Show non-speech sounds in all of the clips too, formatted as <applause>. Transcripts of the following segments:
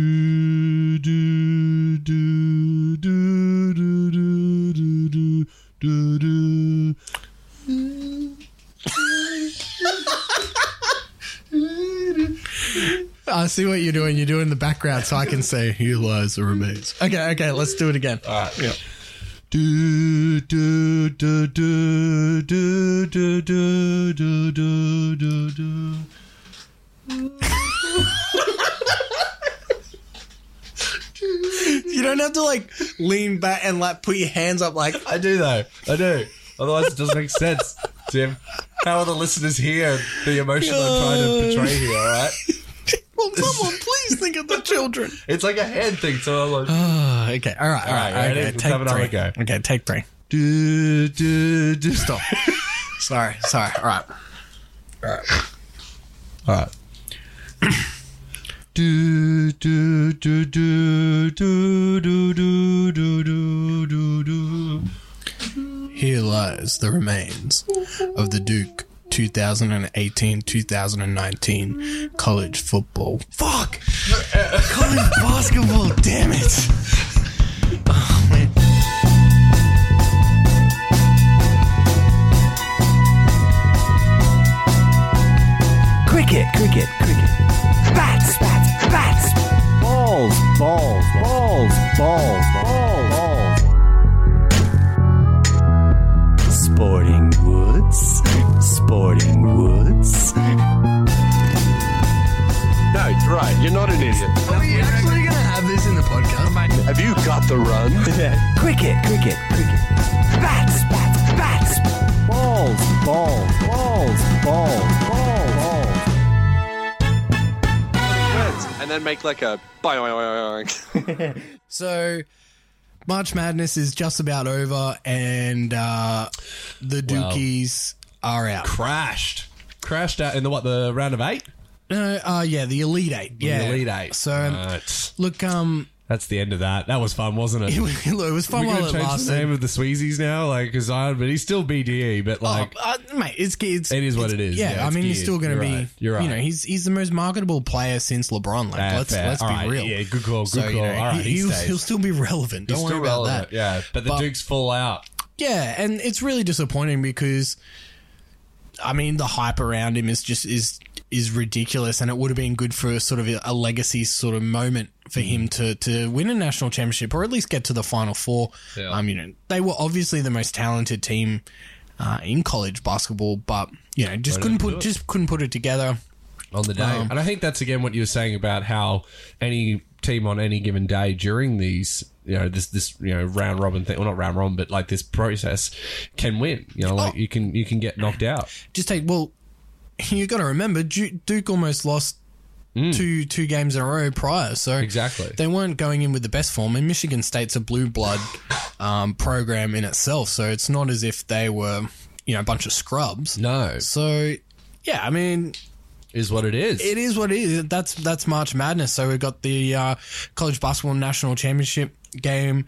Do do do do do do do do do do. I see what you're doing. You're doing the background, so <laughs> I can say he lies or remains. Okay, okay, let's do it again. All right. Yeah. Do do do do do do do do do do do. You don't have to like lean back and like put your hands up. Like I do though. I do. Otherwise, it doesn't make sense, Tim. How will the listeners hear the emotion I'm trying to portray <laughs> here? All right. Well, someone <laughs> please think of the <laughs> children. It's like a hand thing. So I'm like. Oh, okay. All right. All right. right, ready? okay, Let's take have another three. go. Okay, take three. Do, do, <laughs> do. Stop. sorry. Sorry. All right. All right. do do do do do do do do do do do. Here lies the remains of the Duke 2018 2019 college football. Fuck! <laughs> college basketball, damn it! Oh, man. Cricket, cricket, cricket. Spats, spats, spats. Balls, balls, balls, balls, balls, balls. Sporting Woods, Sporting Woods. No, right. You're not an idiot. Are we actually gonna have this in the podcast? Have you got the run? Cricket, cricket, cricket. Spats, spats, spats. Balls, balls, balls, balls, balls, balls. and then make like a. So, March Madness is just about over, and uh, the Dookies are out. <gasps> Crashed. Crashed out in the what? The round of eight. No, uh, yeah, the Elite Eight. Yeah, The elite eight. Uh. So, Right. look, um, <laughs> that's the end of that. That was fun, wasn't it? it, was- it was We're fun gonna while it change lasted. the name of the Sweezies now, like because I, but he's still BDE, but like oh, uh, mate, it's it's It is what it's- it is. Yeah, Yeah, I it's mean, he's geared. still going to You're be. right. You're You know, right. he's he's the most marketable player since LeBron. Like, Ah, let's fair. let's be All right. real. Yeah, good call, good So, you call. know, All right, he, he will stays. he'll still be relevant. Don't he's worry still about relevant. that. Yeah, but the But- Dukes fall out. Yeah, and it's really disappointing because, I mean, the hype around him is just is is ridiculous, and it would have been good for sort of a, a legacy sort of moment for him to to win a national championship or at least get to the final four. Yeah. Um, you know, they were obviously the most talented team uh, in college basketball, but you know, just couldn't didn't put do it. just couldn't put it together. on the day. Um, and I think that's again what you were saying about how any team on any given day during these, you know, this this you know round robin thing, well not round robin, but like this process can win. You know, like Oh. you can you can get knocked out. Just take well, <laughs> you got to remember Duke, Duke almost lost. Two two games in a row prior, so Hmm. Exactly. they weren't going in with the best form. And Michigan State's a blue <laughs> blood um, program in itself, so it's not as if they were, you know, a bunch of scrubs. No, So, yeah, I mean, is what it is. it is what it is. That's that's March Madness. So we've got the uh, college basketball national championship game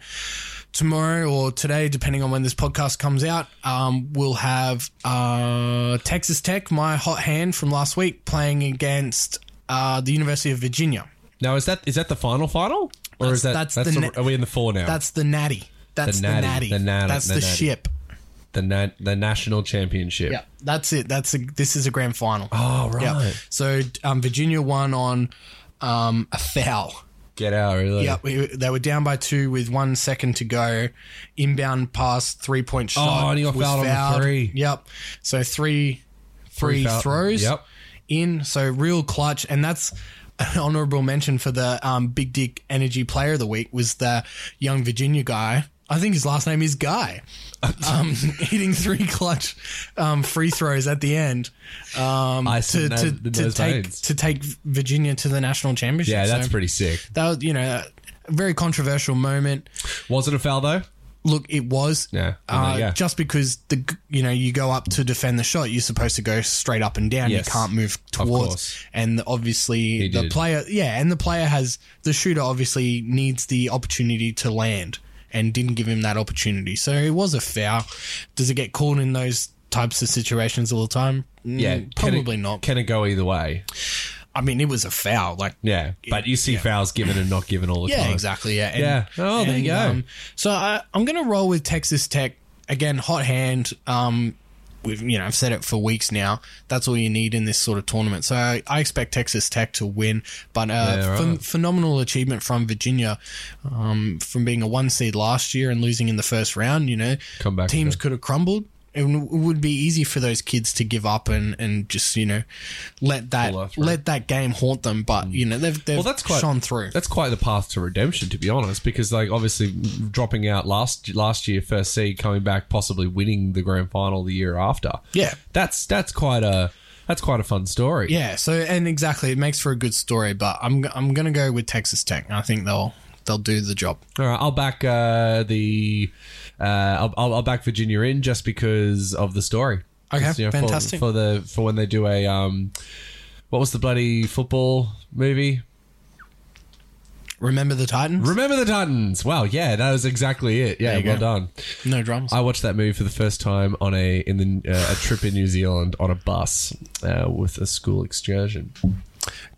tomorrow or today, depending on when this podcast comes out. Um, we'll have uh, Texas Tech, my hot hand from last week, playing against uh, the University of Virginia. now is that is that the final final, or is that That's- that's, that's the the, ne- are we in the four now? That's the natty. That's the The natty. natty, the natty, That's the, the natty. ship. the na- the national championship. Yeah, that's it. That's a, this is a grand final. Oh right, Yeah. So um, Virginia won on um, a foul. get out really. Yeah, we, they were down by two with one second to go. Inbound pass, three point shot. Oh, and he got was fouled on the three. Yep. So three, three foul- throws. Yep. In so real clutch, and that's an honourable mention for the um, Big Dick Energy Player of the Week was the young Virginia guy. I think his last name is <laughs> Guy. Um, <laughs> hitting three clutch um, free throws at the end um, I to, seen that to, in to those take veins. to take Virginia to the national championship. Yeah, that's So- pretty sick. that was you know a very controversial moment. Was it a foul though? Look, it was Yeah, uh, I mean, yeah. just because the you know you go up to defend the shot, you're supposed to go straight up and down. Yes. You can't move course. towards. And obviously the did. player, yeah, and the player has the shooter obviously needs the opportunity to land and didn't give him that opportunity. So it was a foul. Does it get called in those types of situations all the time? Mm, Yeah, can it- probably not. Can it go either way? I mean, it was a foul. Like, Yeah, but you see fouls given and not given all the yeah, time. exactly. Yeah. And- um, Yeah. Oh, there you go. so I, I'm going to roll with Texas Tech again. Hot hand. Um, we've you know I've said it for weeks now. That's all you need in this sort of tournament. So I, I expect Texas Tech to win, but uh, Yeah, phen- right. phenomenal achievement from Virginia, um, from being a one seed last year and losing in the first round. You know, Come back teams with could have crumbled. It w- would be easy for those kids to give up and, and just you know let that Pull her through. Mm. let that game haunt them. But you know they've they've Well, that's quite shone through. That's quite the path to redemption, to be honest, because like obviously dropping out last last year, first seed, coming back, possibly winning the grand final the year after. Yeah. that's that's quite a that's quite a fun story. Yeah. So and exactly, it makes for a good story. But I'm I'm gonna go with Texas Tech. I think they'll they'll do the job. All right, I'll back uh, the uh, I'll, I'll I'll back Virginia in just because of the story. Okay, Just, for- fantastic. For, the for when they do a um, what was the bloody football movie? Remember the Titans? Remember the Titans? Wow, yeah, that was exactly it. Yeah, There you well go. done. no drums. I watched that movie for the first time on a in the uh, a trip in New Zealand on a bus uh, with a school excursion.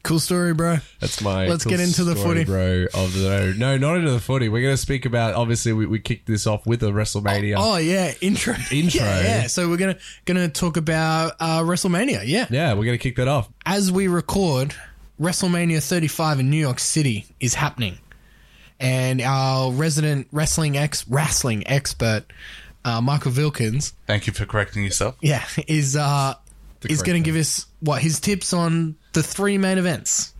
cool story, bro. That's my. Let's get into the footy. story, bro. Of the no, not into the footy. We're going to speak about. Obviously, we, we kicked this off with a WrestleMania. Oh yeah, intro. <laughs> Intro. Yeah, yeah. So we're gonna gonna talk about uh, WrestleMania. Yeah. Yeah, we're going to kick that off. As we record, WrestleMania 35 in New York City is happening, and our resident wrestling ex wrestling expert. Uh, Michael Vilkins, Thank you for correcting yourself. yeah, is uh, is correct going one. to give us what his tips on the three main events.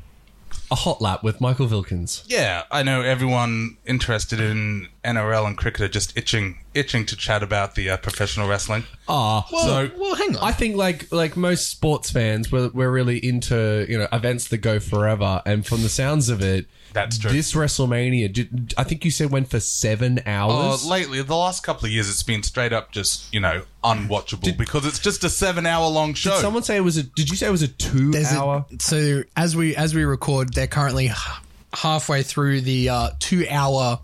A hot lap with Michael Vilkins. Yeah, I know everyone interested in NRL and cricket are just itching, itching to chat about the uh, professional wrestling. Ah, Well, so well, hang on. I think like like most sports fans, we're, we're really into you know events that go forever. And from the sounds of it, That's true. This WrestleMania, did, I think you said went for seven Uh, hours. lately, the last couple of years, it's been straight up just you know unwatchable because it's just a seven-hour-long show. Did someone say it was a? Did you say it was a two There's a- hour? so as we as we record, they're currently h- halfway through the uh, two hour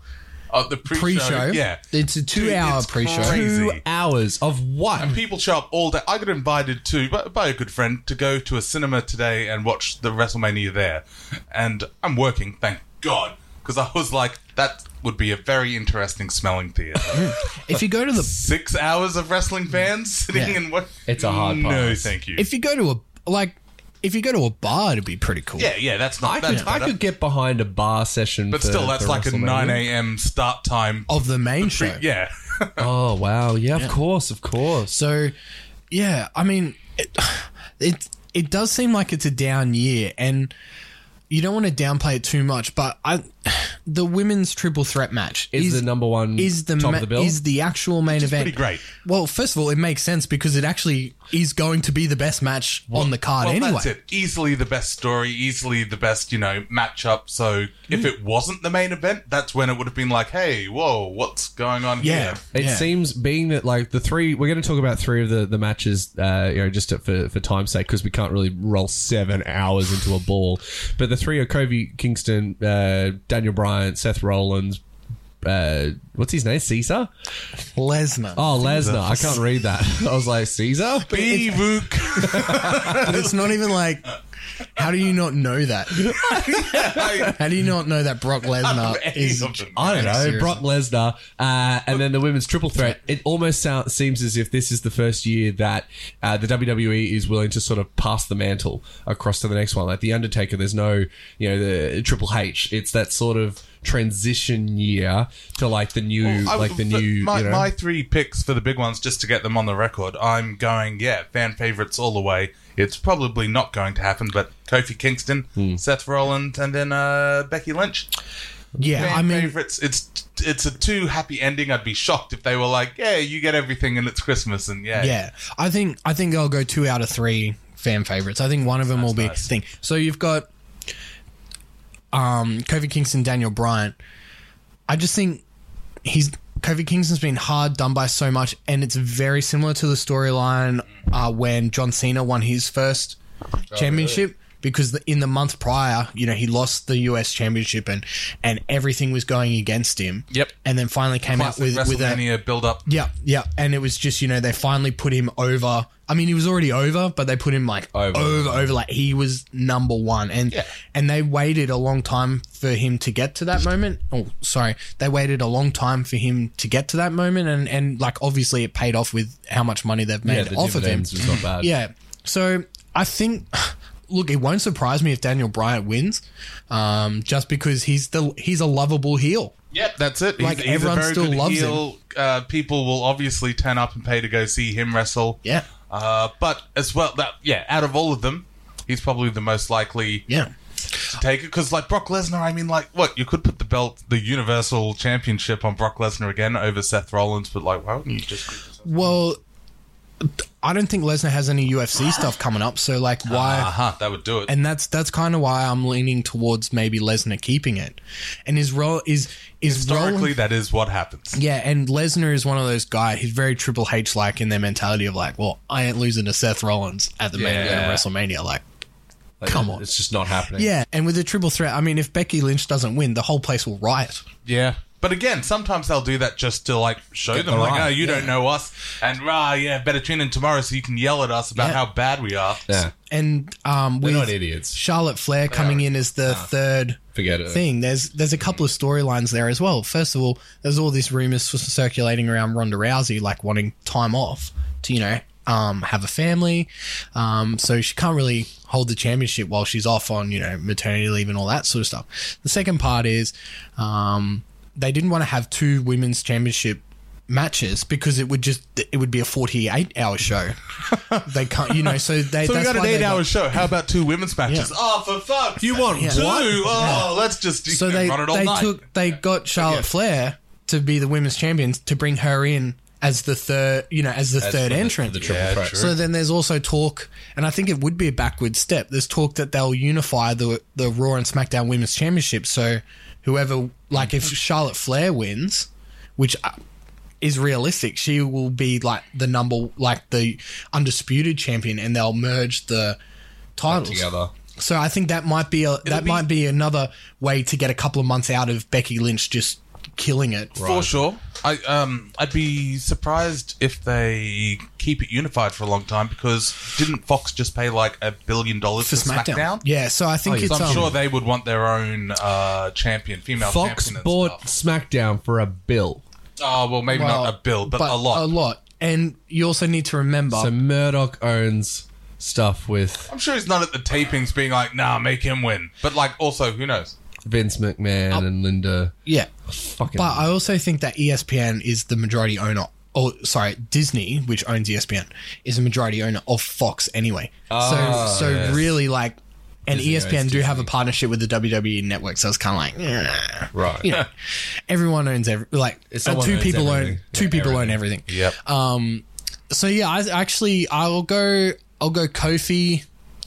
Uh, the pre-show, pre-show. yeah, it's a two Dude, hour it's pre-show. crazy. two hours of what? people show up all day. I got invited to by, by a good friend to go to a cinema today and watch the WrestleMania there, and I'm working, thank God, because I was like, that would be a very interesting smelling theater. If you go to the Six hours of wrestling fans <laughs> sitting Yeah. and what? Mm. It's a hard No, pass. thank you. if you go to a like if you go to a bar, it'd be pretty cool. yeah, yeah, that's not. I that's could, I better. could get behind a bar session, but for- still, that's for like a WrestleMania. nine a.m. start time. Of the main show, Yeah, Oh wow, yeah, of course, of course. So, yeah, I mean, it, <sighs> it it does seem like it's a down year, and you don't want to downplay it too much. But I, <sighs> the women's triple threat match Is, the number one is the, top ma- of the bill? is the actual main event pretty great. Well, first of all, it makes sense because it actually is going to be the best match on the card Well, anyway. that's it. Easily the best story, easily the best, you know, matchup. So if Mm. it wasn't the main event, that's when it would have been like, hey, whoa, what's going on Yeah. here? It Yeah. seems being that like the three we're going to talk about three of the the matches, uh, you know, just to, for for time's sake because we can't really roll seven hours into a ball. But the three are Kobe Kingston, uh, Daniel Bryant, Seth Rollins. Uh, what's his name? Caesar? Lesnar. Oh, Lesnar. I can't read that. <laughs> I was like, Caesar? Bevook. But it's not even like. How do you not know <laughs> that? I- How do you not know that Brock Lesnar <laughs> any is? of them. I don't know. Seriously. Brock Lesnar, uh, and then the women's triple threat. It almost sound, seems as if this is the first year that uh, the WWE is willing to sort of pass the mantle across to the next one. Like the Undertaker, there's no, you know, the Triple H. It's that sort of transition year to like the new, I- like the new. my, you know, my three picks for the big ones, just to get them on the record, I'm going, yeah, fan favorites all the way. It's probably not going to happen, but Kofi Kingston, Seth Rollins, and then uh, Becky Lynch. Yeah, fan I mean, favorites. It's it's a too happy ending. I'd be shocked if they were like, "Yeah, you get everything and it's Christmas." And yeah, yeah, I think I think I'll go two out of three fan favorites. I think one of them will be nice. thing. So you've got, um, Kofi Kingston, Daniel Bryant. I just think he's Kofi Kingston's been hard done by so much, and it's very Oh, similar to the storyline uh, when John Cena won his first championship. because the, in the month prior, you know, he lost the US Championship and and everything was going against him. Yep. And then finally came Classic out with with a WrestleMania build up. yeah, yeah, and it was just you know they finally put him over. I mean, he was already over, but they put him like Over. over, over, Like he was number one, and and they waited a long time for him to get to that moment. Oh, sorry, they waited a long time for him to get to that moment, and and like obviously it paid off with how much money they've Yeah, made the off of him. dividends was not bad. Yeah. So I think, <sighs> look, it won't surprise me if Daniel Bryant wins, um, just because he's the he's a lovable heel. Yep, that's it. Like, everyone still loves him. Uh, people will obviously turn up and pay to go see him wrestle. Yeah. Uh, but as well, that yeah, out of all of them, he's probably the most likely Yeah. to take it because, like Brock Lesnar, I mean, like what you could put the belt, the Universal Championship, on Brock Lesnar again over Seth Rollins, but like, why wouldn't you just? Well, I don't think Lesnar has any UFC stuff coming up, so like why? Uh huh. That would do it. And that's that's kind of why I'm leaning towards maybe Lesnar keeping it, and his role is is Historically, Roland- that is what happens. yeah, and Lesnar is one of those guys. He's very Triple H like in their mentality of like, well, I ain't losing to Seth Rollins at the main event Yeah. of WrestleMania. Like, Like, Come on. it's just not happening. yeah, and with the triple threat, I mean, if Becky Lynch doesn't win, the whole place will riot. Yeah. But again, sometimes they'll do that just to like show them, the like, right. oh, you don't know us, and rah, yeah, better tune in tomorrow so you can yell at us about Yeah. how bad we are. yeah. And um, We're with not idiots. Charlotte Flair coming in as the third Forget uh, it. thing. There's there's a couple of storylines there as well. First of all, there's all these rumors circulating around Ronda Rousey like wanting time off to you know um, have a family, um, so she can't really hold the championship while she's off on you know maternity leave and all that sort of stuff. The second part is um, they didn't want to have two women's championship matches because it would just it would be a 48 hour <laughs> show they can't you know so they So we that's got an why they eight-hour got- show. How about two women's matches? Yeah. Oh, for fuck! You want two? what? Oh, let's just <laughs> So they run it all they night. took they got Charlotte Flair to be the women's champions to bring her in as the third you know as the third for the- entrant. for the triple Yeah, threat. true. so then there's also talk, and I think it would be a backward step. There's talk that they'll unify the the Raw and SmackDown Women's Championship. So whoever like if Charlotte Flair wins, which uh, is realistic, she will be like the number like the undisputed champion, and they'll merge the titles together. so I think that might be a that be- might be another way to get a couple of months out of Becky Lynch just killing it. for sure. I um, I'd be surprised if they keep it unified for a long time because didn't Fox just pay like a billion dollars For for SmackDown? SmackDown. Yeah, so I think So it's I'm um, sure they would want their own uh, champion, female Fox champion. and bought stuff. SmackDown for a bill. Oh well, maybe well, not a bill, but, a lot. A lot. And you also need to remember So Murdoch owns stuff with I'm sure he's not at the tapings being like, "Nah, make him win." But like, also, who knows? Vince McMahon and Linda. Yeah. Fucking But I also think that E ESPN is the majority owner or sorry, Disney, which owns E ESPN, is a majority owner of Fox anyway. Ah, so so really like and E Disney owns ESPN do have a Disney. partnership with the WWE network, so it's kind of like, eh. right. you know, everyone owns every like uh, someone two owns people everything. own two Yeah, people own everything. Yep. So yeah, I actually I'll go I'll go Kofi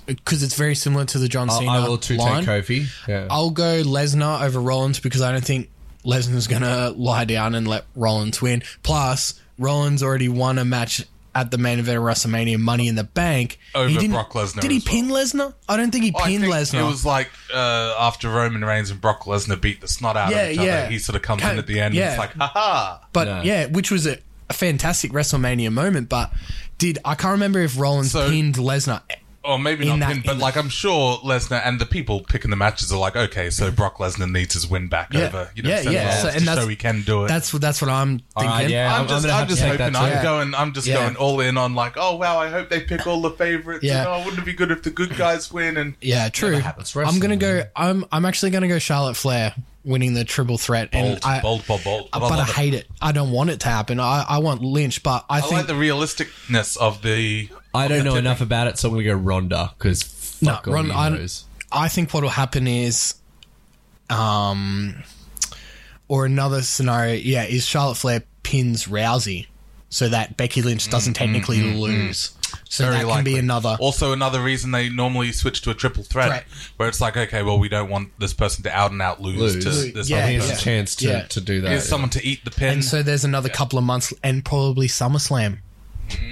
because it's very similar to the John I- Cena I will too line. take Kofi. Yeah. I'll go Lesnar over Rollins because I don't think Lesnar's gonna lie down and let Rollins win. Plus, Rollins already won a match at the main event of WrestleMania, Money in the Bank. Over He didn't- Brock Lesnar Did he as well. pin Lesnar? I don't think he I pinned think Lesnar. It was like uh, after Roman Reigns and Brock Lesnar beat the snot out Yeah, of each yeah. other, he sort of comes Ca- in at the end yeah. and it's like, haha. But No. yeah, which was a, a fantastic WrestleMania moment. But did I can't remember if Rollins So- pinned Lesnar. Or maybe In not that- him, in but that- like I'm sure Lesnar and the people picking the matches are like, okay, so Brock Lesnar needs his win back Yeah. over, you know, Yeah, Seth yeah. Rollins So- to and that's- show he can do it. That's what that's what I'm thinking. Ah, Alright, yeah, I'm, I'm, just, gonna I'm have to just take hoping. that I'm too. going. I'm just Yeah. going all in on like, oh wow, I hope they pick all the favorites. Yeah. And, oh, wouldn't it be good if the good guys win? And Yeah, true. happens. I'm gonna Wrestling, go. man. I'm I'm actually gonna go Charlotte Flair winning the triple threat, and I, bold, bold, bold. but I, love it. hate it. I don't want it to happen. I, I want Lynch, but I, I think like the realisticness of the. I don't know enough about it, so I'm gonna go Ronda because fuck No, all Ron- he I- knows. I think what will happen is, um, or another scenario, yeah, is Charlotte Flair pins Rousey so that Becky Lynch Mm, doesn't technically lose. So Very that can likely. be another. Also, another reason they normally switch to a triple threat, Right. where it's like, okay, well, we don't want this person to out and out lose, Lose. to Lose. this Yeah, other He has person. yeah. a chance to, Yeah. to do that. Here's yeah. someone to eat the pin. and so there's another couple of months and probably SummerSlam.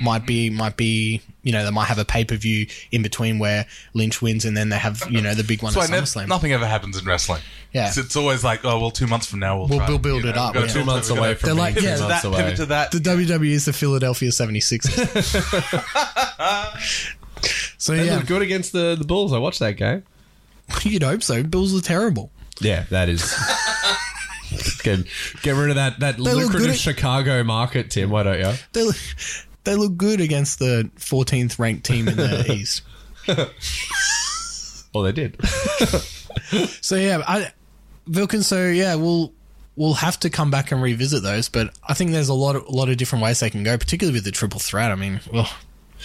might be might be you know they might have a pay per view in between where Lynch wins and then they have you know the big one So I at never, SummerSlam. nothing ever happens in wrestling. Yeah. So it's always like, oh well, two months from now we'll We'll- try we'll and, build you it know, up, go yeah. to- Two months we're gonna away from They're me, like, two yeah, Pivot to months that. away. Pivot to that. the WWE is the Philadelphia 76ers. <laughs> so They yeah, look good against the, the Bulls. I watched that game. you'd hope so. Bills are terrible. Yeah, <laughs> that is. Get, get rid of that, that look good lucrative at- Chicago market, Tim. Why don't you? They look, they look good against the 14th ranked team in <laughs> the East. Well, they did. So yeah, I Vilkin. So yeah, we'll we'll have to come back and revisit those. But I think there's a lot of a lot of different ways they can go, particularly with the triple threat. I mean, well,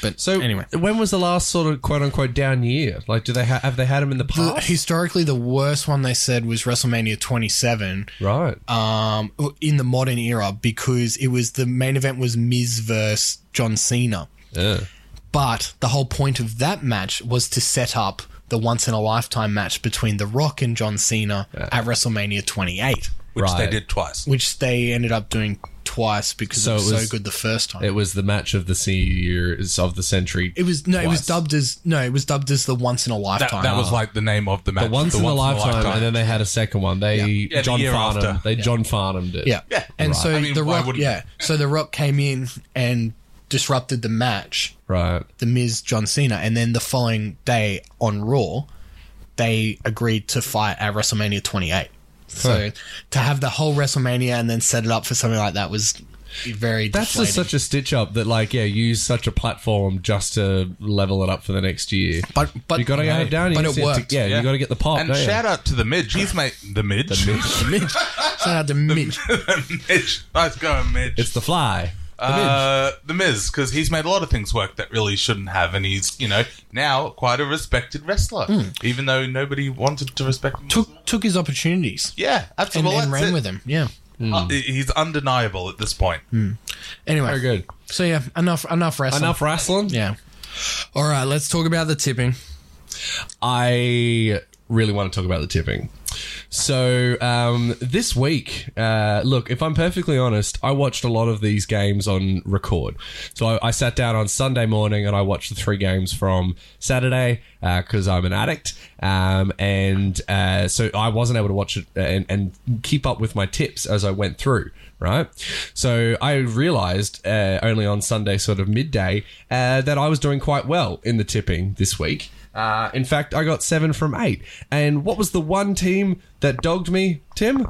but So, anyway. when was the last sort of quote unquote down year? Like, do they ha- have they had them in the The, past? historically, the worst one they said was WrestleMania 27 right. um, in the modern era because it was the main event was Miz versus John Cena. Yeah. But the whole point of that match was to set up the once in a lifetime match between The Rock and John Cena at WrestleMania 28. Which Right. they did twice. which they ended up doing twice because So it was, it was- so good the first time. It It, was the match of the series of the century. was no, it twice. was dubbed as no, it was dubbed as the once in a That, lifetime. that was like the name of the match. the once in a lifetime, and then they had a second one. They the John year Farnham. after. They John Farnhamed it. yeah. Yeah. and Right. so I mean, the why rock, wouldn't yeah, so the rock came in and disrupted the match, Right. the Miz John Cena, and then the following day on Raw, they agreed to fight at WrestleMania 28. So to have the whole WrestleMania and then set it up for something like that was very That's just deflating. such a stitch up that, like, yeah, use such a platform just to level it up for the next year. But- but- you got to go Hey, down. you but just it have to- worked. <laughs> yeah, Yeah. you got to get the pop. And don't you? shout out to the Midge. He's made the Midge. <laughs> The shout out to Mitch. Midge. Nice going, Midge. It's the fly. The Midge. Uh, the Miz, because he's made a lot of things work that really shouldn't have, and he's you know now quite a respected wrestler, even though nobody wanted to respect him. took took his opportunities yeah, and, absolutely. and Well, ran that's with him. Yeah. it. Uh, he's undeniable at this point. Anyway, Very good. So yeah, enough enough wrestling. Enough wrestling. Yeah. All right, let's talk about the tipping. I really want to talk about the tipping. So um, this week, uh, look, if I'm perfectly honest, I watched a lot of these games on record. So I, I sat down on Sunday morning and I watched the three games from Saturday because I'm an addict, um, and uh, so I wasn't able to watch it uh, and, and keep up with my tips as I went through. Right, so I realized uh, only on Sunday, sort of midday, uh, that I was doing quite well in the tipping this week. Uh, in fact, I got seven from eight. And what was the one team that dogged me, Tim?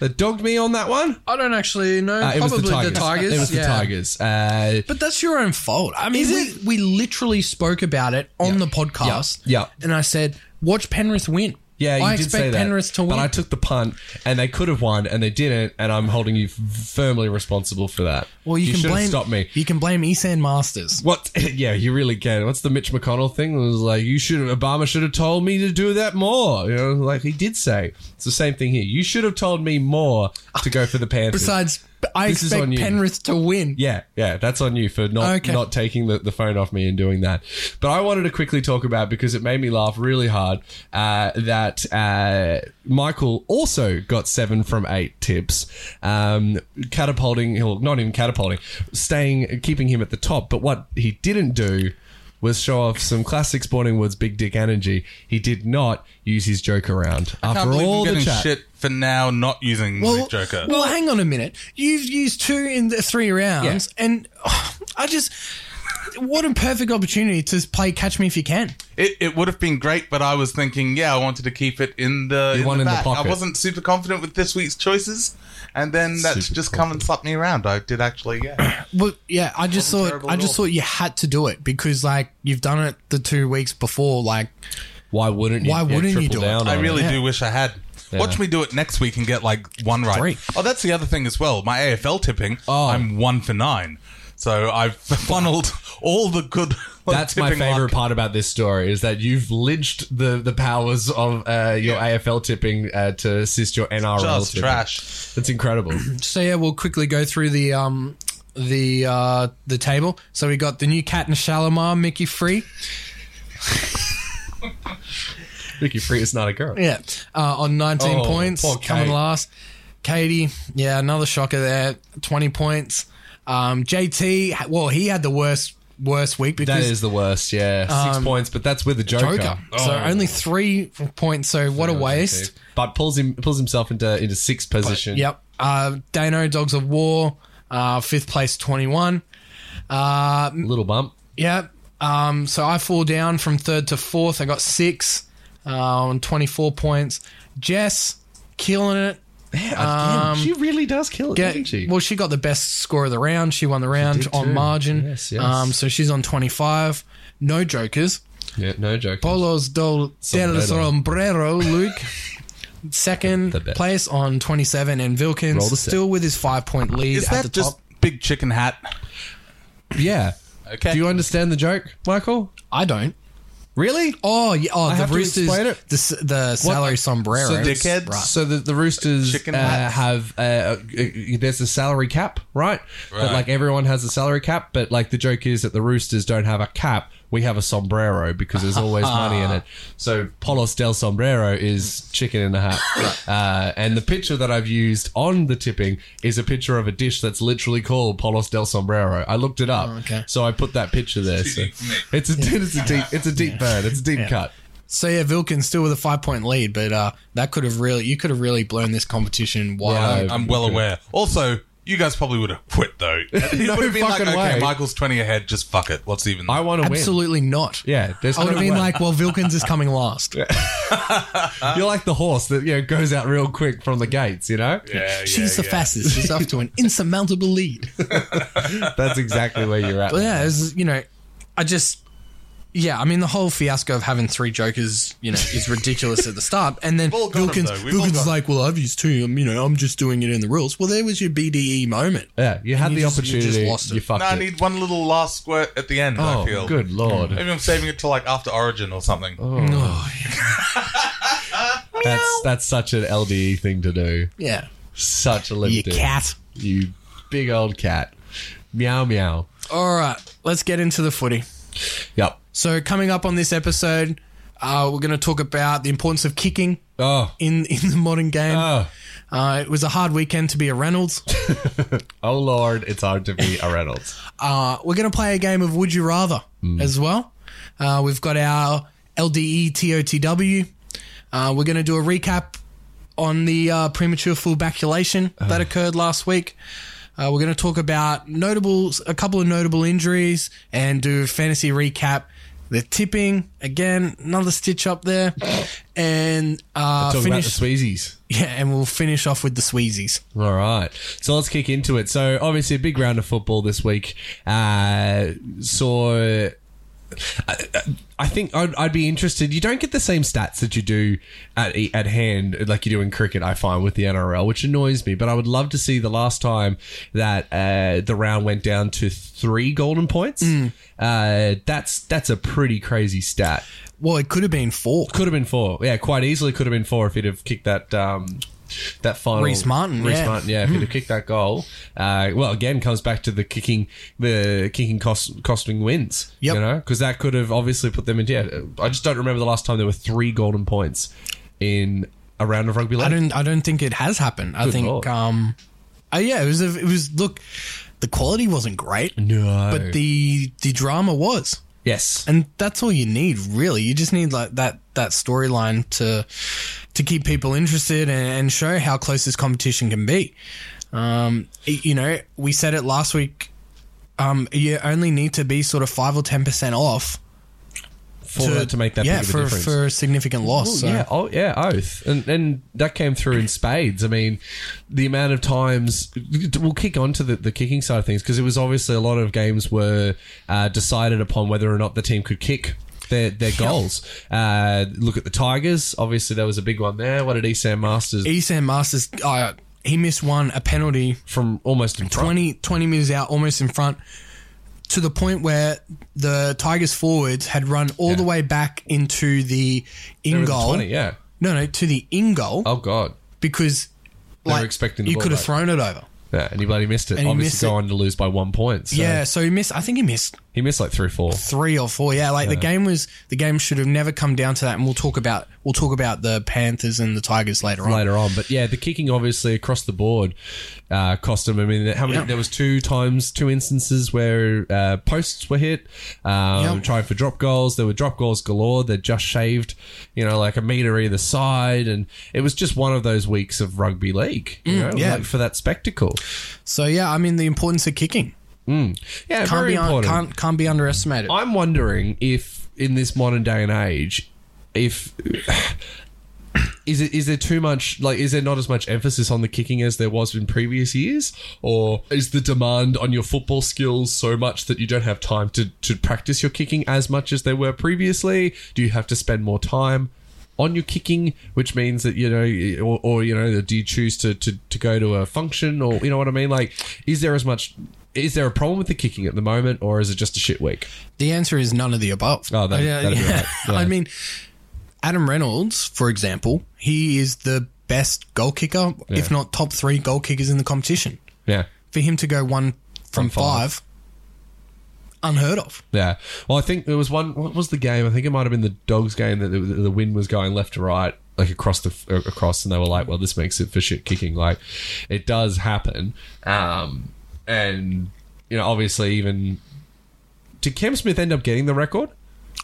That dogged me on that one? I don't actually know. Uh, it was probably the Tigers. It was yeah. the Tigers. Uh, But that's your own fault. I mean, Is we, we literally spoke about it on the podcast. Yeah. And I said, watch Penrith win. yeah, you I did expect say that. Penrith to win. But I took the punt, and they could have won, and they didn't. And I'm holding you f- firmly responsible for that. well, you, can shouldn't blame stop me. You can blame Esan Masters. What? <laughs> Yeah, you really can. What's the Mitch McConnell thing? It was like you should have. Obama should have told me to do that more. You know, like he did say. It's the same thing here. You should have told me more to go for the Panthers. Besides, I This is on expect you. Penrith to win. Yeah, yeah, that's on you for not Okay. not taking the, the phone off me and doing that. But I wanted to quickly talk about because it made me laugh really hard uh, that uh, Michael also got seven from eight tips, um, catapulting, well, not even catapulting, staying, keeping him at the top. But what he didn't do. Was show off some classic sporting woods big dick energy. He did not use his joke around Can't after believe all I'm the getting chat. shit for now not using the Joker. Well, hang on a minute. You've used two in the three rounds, and oh, I just what a perfect opportunity to play catch me if you can. It, it would have been great, but I was thinking, yeah, I wanted to keep it in the, in want in the back. pocket. I wasn't super confident with this week's choices, and then that's Super just come and slapped me around. I did actually, yeah. Well, yeah, I just Wasn't thought terrible I at just all. thought you had to do it because like you've done it the two weeks before. Like Why wouldn't you? Why wouldn't you triple do it? down I on really it. do wish I had. Watch me do it next week and get like one right. Three. Oh, that's the other thing as well. My AFL tipping, Oh. I'm one for nine. So I've <laughs> funneled all the good. <laughs> That's my tipping favorite luck. part about this story is that you've lynched the the powers of uh, your AFL tipping uh, to assist your NRL. Just tipping. trash. That's incredible. so, yeah, we'll quickly go through the um the uh the table. So we got the new Cat and Shalimar, Mickey Free. <clears throat> Ricky Free is not a girl. Yeah, uh, on 19 Oh, points, poor coming Kate. last. Katie, yeah, another shocker there, 20 points. Um, JT, ha- well, he had the worst worst week That because is the worst, yeah. Six points, but that's with the Um, Joker. Joker. So Oh. only three points. So what a waste. But pulls him pulls himself into into sixth position. Yep. Uh, Dano, Dogs of War, uh, fifth place, 21. Little bump. Yep. Um, so I fall down from third to fourth. I got six uh, on 24 points. Jess, killing it. Damn, she really does kill it, Get, doesn't she? Well, she got the best score of the round. She won the round did on too. margin. Yes, yes. Um, so she's on 25. No jokers. yeah, no joke. Polos del, del Sombrero. Sombrero, <laughs> Luke. The Second best. place on 27, and Roll the Vilkins set. still with his five point lead Is at that the just top. big chicken hat? Yeah. Okay. Do you understand the joke, Michael? I don't. Really? Oh, yeah. Oh, the have to Roosters. explain it. The, s- the salary sombrero. So dickheads? So the, the Roosters Chicken uh, hats. have uh, uh, there's a salary cap, right? But Right. like everyone has a salary cap, but like the joke is that the Roosters don't have a cap. We have a sombrero because there's always money in it. So Polos del Sombrero is chicken in a hat. uh, and the picture that I've used on the tipping is a picture of a dish that's literally called Polos del Sombrero. I looked it up, okay. so I put that picture there. So. It's a <laughs> it's a deep it's a deep burn. It's a deep cut. So yeah, Vilkins still with a five point lead, but uh, that could have really you could have really blown this competition wide. Yeah. I'm well aware. Also, you guys probably would have quit though. <laughs> You would have been like, fucking okay, way. Michael's twenty ahead. Just fuck it. What's even? I want to win. Absolutely not. Yeah, there's I would no have been way. like, well, Vilkins is coming last. You're like the horse that you know goes out real quick from the gates. You know, Yeah, yeah, She's the yeah. fastest. She's off to an insurmountable lead. that's exactly where you're <laughs> at. But yeah, it was, you know, I just yeah, I mean the whole fiasco of having three jokers, you know, is ridiculous at the start, and then all got 'em, Vilkins, though. We've all Vilkins got is 'em. like, well, I've used two, I'm, you know, I'm just doing it in the rules. Well, there was your BDE moment. Yeah, you had you the just- you just opportunity. You, lost it. fucked No, I it. need one little last squirt at the end. oh, I feel good lord, Maybe I'm saving it till like after Origin or something. Oh, that's that's such an LDE thing to do. yeah, Such a you limp dick. cat. you big old cat. Meow meow. All right, let's get into the footy. Yep. So coming up on this episode, uh, we're going to talk about the importance of kicking Oh. in in the modern game. Ah. Oh, Uh, it was a hard weekend to be a Reynolds. oh Lord, it's hard to be a Reynolds. Uh, we're going to play a game of Would You Rather Hmm. as well. Uh, we've got our E LDE TOTW. Uh, we're going to do a recap on the uh, premature full baculation that occurred last week. Uh, we're going to talk about notable, a couple of notable injuries and do fantasy recap. The tipping again, another stitch up there, and uh, Talk about the finish. Sweezies. <laughs> yeah, and we'll finish off with the Sweezies. All right. So let's kick into it. So obviously a big round of football this week. Uh, saw. I, I- I think I'd, I'd be interested. You don't get the same stats that you do at e, at hand, like you do in cricket. I find with the NRL, which annoys me. But I would love to see the last time that uh, the round went down to three golden points. Uh, that's that's a pretty crazy stat. Well, it could have been four. Could have been four. Yeah, quite easily could have been four if he'd have kicked that um, that final. Reece Martin, Reece yeah. Martin, yeah, if he'd have kicked that goal. Uh, well, again, comes back to the kicking, the kicking cost, costing wins. Yep. You know, because that could have obviously put them into. Yeah, I just don't remember the last time there were three golden points in a round of rugby I league. don't. I don't think it has happened. I think. Lord. Um, uh, yeah, it was. A, it was. Look, the quality wasn't great, no, but the the drama was, yes, and that's all you need, really. You just need like that that storyline to to keep people interested and, and show how close this competition can be. Um, it- you know, we said it last week. Um, you only need to be sort of five or ten percent off for that to make that yeah big of a for difference. for a significant loss. Well, so. Yeah, oh yeah, oath, and and that came through in spades. I mean, the amount of times we'll kick on to the, the kicking side of things because it was obviously a lot of games were uh, decided upon whether or not the team could kick. Their, their goals. Uh, look at the Tigers. Obviously, there was a big one there. What did Esam Masters Esan Masters, uh, he missed one a penalty from almost in front? 20, 20 metres out, almost in front, to the point where the Tigers forwards had run all the way back into the They in were at the goal. 20, yeah. No, no, to the in goal Oh god. because were like, expecting the you ball could have back. thrown it over. Yeah, and he bloody missed it. And he obviously, missed go it. on to lose by one point. So. Yeah, so he missed. I think he missed He missed like three or four. three or four. Yeah, like the game was the game should have never come down to that. And we'll talk about we'll talk about the Panthers and the Tigers later on. later on. But yeah, the kicking obviously across the board uh, cost him. I mean, how many? Yeah. There was two times, two instances where uh, posts were hit, um, Yeah. trying for drop goals. There were drop goals galore. They just shaved, you know, like a meter either side, and it was just one of those weeks of rugby league, you know, Mm. yeah. like for that spectacle. So yeah, I mean the importance of kicking Yeah, can't very be un- important. can't can't be underestimated. I'm wondering if in this modern day and age, if <sighs> is it is there too much like is there not as much emphasis on the kicking as there was in previous years, or is the demand on your football skills so much that you don't have time to to practice your kicking as much as there were previously? Do you have to spend more time? On your kicking, which means that you know, or, or you know, do you choose to, to to go to a function, or you know what I mean? Like, is there as much? Is there a problem with the kicking at the moment, or is it just a shit week? The answer is none of the above. Oh, that- yeah, that'd be yeah. right. <laughs> Yeah. I mean, Adam Reynolds, for example, he is the best goal kicker, if not top three goal kickers in the competition. Yeah. For him to go one from, From five. five, unheard of. Yeah. Well, I think there was one. What was the game? I think it might have been the Dogs game that the, the wind was going left to right, like across the across, and they were like, "Well, this makes it for shit kicking." Like, it does happen. Um, and you know, obviously, even did Cam Smith end up getting the record?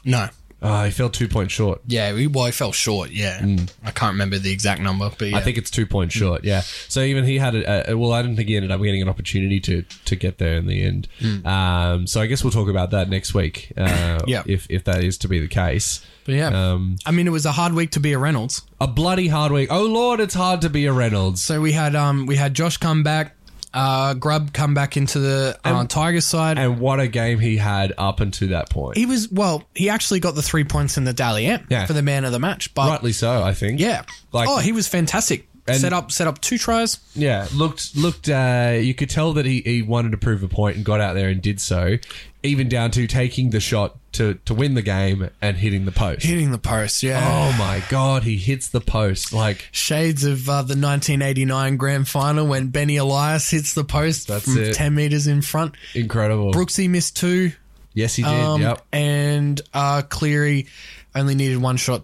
No. Uh, he fell two points short. Yeah, he, well, he fell short. Yeah, I can't remember the exact number, but yeah. Mm. I think it's two points short. Yeah. So even he had a, a well, I didn't think he ended up getting an opportunity to to get there in the end. Um, so I guess we'll talk about that next week. Uh, Hmm. <coughs> Yeah. If if that is to be the case. But yeah, Um, I mean, it was a hard week to be a Reynolds. A bloody hard week. Oh lord, it's hard to be a Reynolds. So we had um we had Josh come back, uh, Grubb come back into the uh, Tigers side. And what a game he had up until that point. he was well. He actually got the three points in the Dally M Yeah. for the man of the match. But Rightly so, I think. yeah, Like- oh, he was fantastic. And- set up, set up two tries. Yeah. Looked looked uh you could tell that he, he wanted to prove a point and got out there and did so, even down to taking the shot to, to win the game and hitting the post. hitting the post. Yeah. Oh my god, he hits the post. Like Shades of uh, the 1989 grand final when Benny Elias hits the post That's from it. 10 meters in front. incredible. Brooksy missed two, yes he did, um, yep. and uh, Cleary only needed one shot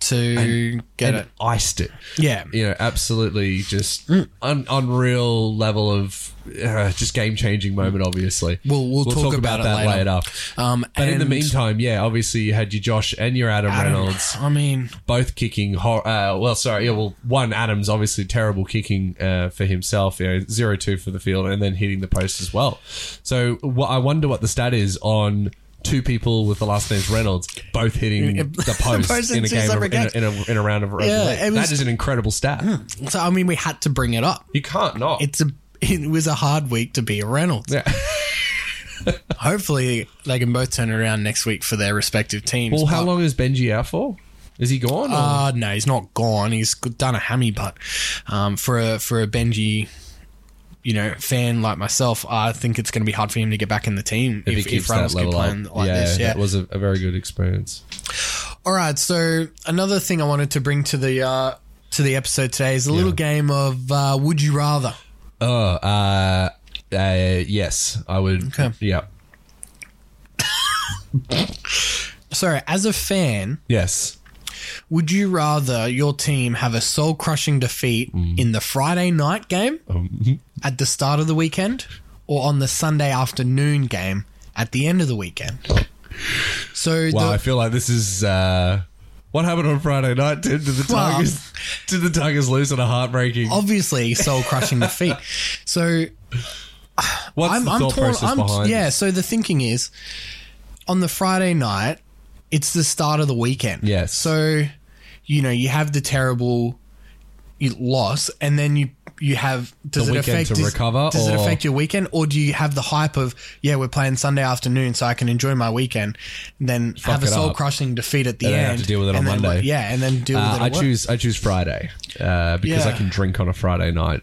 to get And it. iced it. Yeah, you know, absolutely just un- unreal level of uh, just game changing moment. Obviously, We'll- we'll talk about it later. Um, But in the and- meantime, yeah, obviously you had your Josh and your Adam, Adam- Reynolds I mean, both kicking. Hor- uh, well, sorry, yeah, well, one Adams obviously terrible kicking uh, for himself, you know, zero two for the field, and then hitting the post as well. So wh- I wonder what the stat is on. Two people with the last names Reynolds, both <laughs> hitting The the post, post in in a two game, of, separate in, a, in, a, in a round of rugby Yeah, league. it was- that is an incredible stat. so I mean, we had to bring it up. You can't not. It's a it was a hard week to be a Reynolds. Yeah. <laughs> Hopefully, they can both turn it around next week for their respective teams. Well, how but- long is Benji out for? Is he gone? Or? Uh, no, he's not gone. He's done a hammy putt. Um, for a for a Benji, you know, fan like myself, I think it's going to be hard for him to get back in the team if, if, Reynolds keep playing like this. Yeah. that was a, a very good experience. All right. So another thing I wanted to bring to the uh, to the episode today is a little game of uh, Would you rather. Oh, uh, uh, yes, I would. Okay. Yeah. Sorry, as a fan, Yes. would you rather your team have a soul crushing defeat in the Friday night game at the start of the weekend or on the Sunday afternoon game at the end of the weekend? So, Wow, I the, feel like this is uh, what happened on Friday night. Did, did the Well- Tigers? Did the Tigers lose on a heartbreaking? Oh, obviously, soul crushing defeat. So, What's I'm, the I'm thought torn. process I'm, behind? yeah, it? so the thinking is on the Friday night, it's the start of the weekend. Yes. So, you know, you have the terrible you- loss, and then you you have does The it weekend affect to does- recover, Does it or- affect your weekend, or do you have the hype of yeah, we're playing Sunday afternoon, so I can enjoy my weekend, and then have a it up. soul crushing defeat at the And then end, have to deal with it and on then- Monday. Yeah, and then deal Uh, with it. I at work. choose. I choose Friday uh, because Yeah. I can drink on a Friday night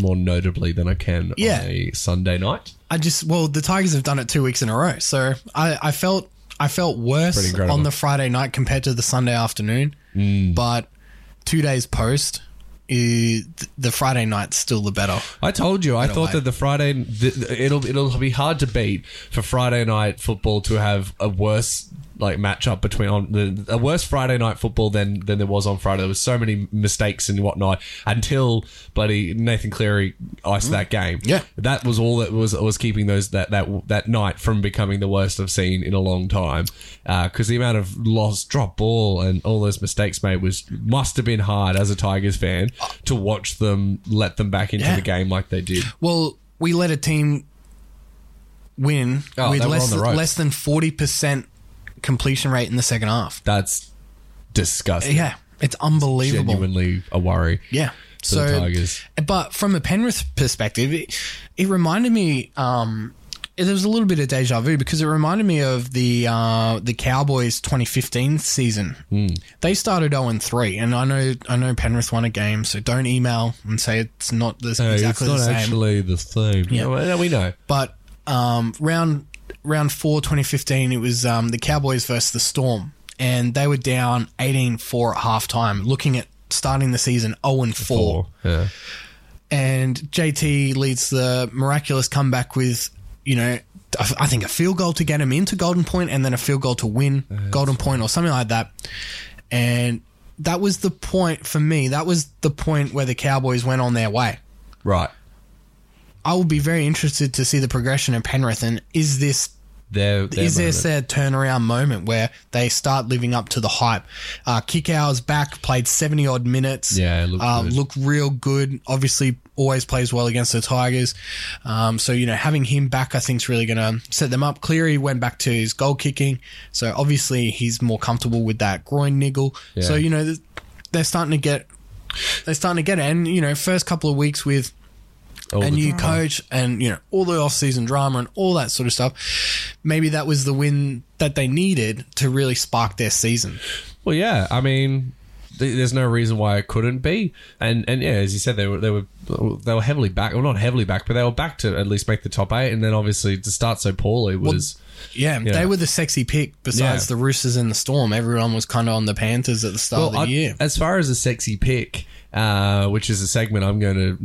more notably than I can Yeah. on a Sunday night. I just well, the Tigers have done it two weeks in a row, so I, I felt I felt Pretty worse incredible. Mm. on the Friday night compared to the Sunday afternoon, but two days post is the Friday night's still the better. I told you. I thought way. that the Friday th- th- it'll it'll be hard to beat for Friday night football to have a worse like matchup between on the a worse Friday night football than than there was on Friday. There was so many mistakes and whatnot until bloody Nathan Cleary iced that game. Yeah. that was all that was was keeping those that that that night from becoming the worst I've seen in a long time. Because the amount of lost drop ball and all those mistakes made was must have been hard as a Tigers fan to watch them let them back into Yeah. the game like they did. Well, we let a team win Oh, with they were less, on the ropes. less than 40% completion rate in the second half. That's disgusting. Yeah, it's unbelievable. Genuinely a worry. Yeah. For So, the Tigers. but from a Penrith perspective, it, it reminded me. Um, there was a little bit of deja vu because it reminded me of the uh, the Cowboys 2015 season. Hmm. They started 0 and 3, and I know I know Penrith won a game, so don't email and say it's not this No, exactly it's the not same. actually the same. Yeah. No, no, we know. but um, round round four 2015, it was um, the Cowboys versus the Storm, and they were down 18-4 at halftime, looking at starting the season 0 and 4 Yeah. and JT leads the miraculous comeback with, you know, I I think a field goal to get him into Golden Point and then a field goal to win Golden Point or something like that. And that was the point for me. That was the point where the Cowboys went on their way. Right. I will be very interested to see the progression in Penrith and is this There. there is moment. this their turnaround moment where they start living up to the hype? Uh, kick hours back, played 70 odd minutes. Yeah, looked uh, good. looked real good. Obviously, always plays well against the Tigers. Um, so, you know, having him back, I think, is really going to set them up. Cleary went back to his goal kicking. So, obviously, he's more comfortable with that groin niggle. So, you know, th- they're starting to get. They're starting to get it. And, you know, first couple of weeks with All a the new drama. coach and you know all the off-season drama and all that sort of stuff maybe that was the win that they needed to really spark their season Well, yeah. I mean, th- there's no reason why it couldn't be. And and yeah, as you said, they were they were they were heavily back. Well, not heavily back, but they were back to at least make the top eight. And then obviously to start so poorly was yeah, Yeah. they were the sexy pick besides Yeah. the roosters and the storm everyone was kind of on the panthers at the start of the I- year As far as a sexy pick, uh, which is a segment I'm going to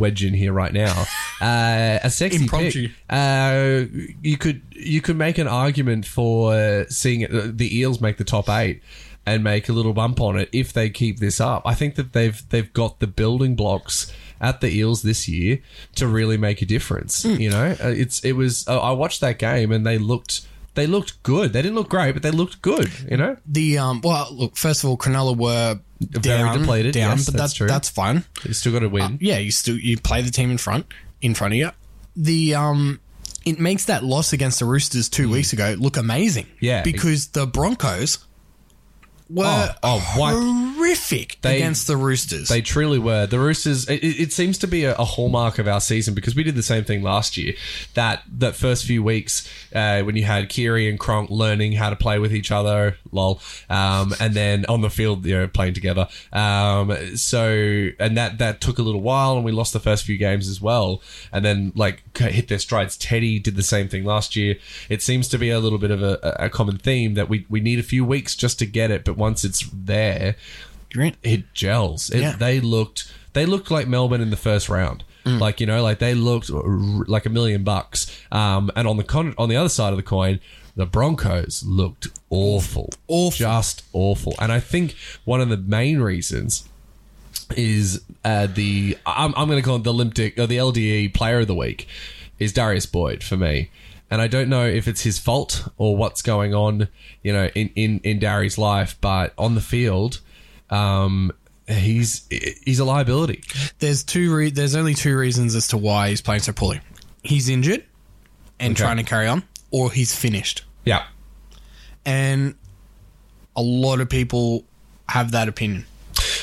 wedge in here right <laughs> now, uh, a sexy Impromptu. pick. Uh, you could you could make an argument for uh, seeing it, the Eels make the top eight. And make a little bump on it if they keep this up. I think that they've they've got the building blocks at the Eels this year to really make a difference. Hmm. You know, Uh, it's it was. Uh, I watched that game and they looked they looked good. They didn't look great, but they looked good. You know, the um well look first of all cronulla were Very down, depleted, down yes, but that's that's true. that's fine they still got to win. yeah, you still you play the team in front in front of you. The um it makes that loss against the Roosters two weeks ago look amazing. Hmm. Yeah. Because the Broncos were Oh, oh, why- horrific They- against the Roosters. They truly were. The Roosters. It, it it seems to be a, a hallmark of our season because we did the same thing last year. That that first few weeks uh, when you had Kiri and Kronk learning how to play with each other, lol, um, and then on the field, you know, playing together. Um, so and that that took a little while, and we lost the first few games as well. And then like c- hit their strides. Teddy did the same thing last year. It seems to be a little bit of a, a common theme that we we need a few weeks just to get it, but once it's there Grant, it gels. It, Yeah. They looked they looked like Melbourne in the first round. Mm. Like you know, like they looked r- like a million bucks. Um, and on the con- on the other side of the coin, the Broncos looked awful, Awful. just awful. And I think one of the main reasons is uh, the I'm, I'm going to call it the Olympic or the LDE Player of the Week is Darius Boyd for me, and I don't know if it's his fault or what's going on, you know, in in in Darius' life, but on the field, um, he's he's a liability. there's two re- there's only two reasons as to why he's playing so poorly. He's injured and trying to carry on, or he's finished. Yeah, And a lot of people have that opinion.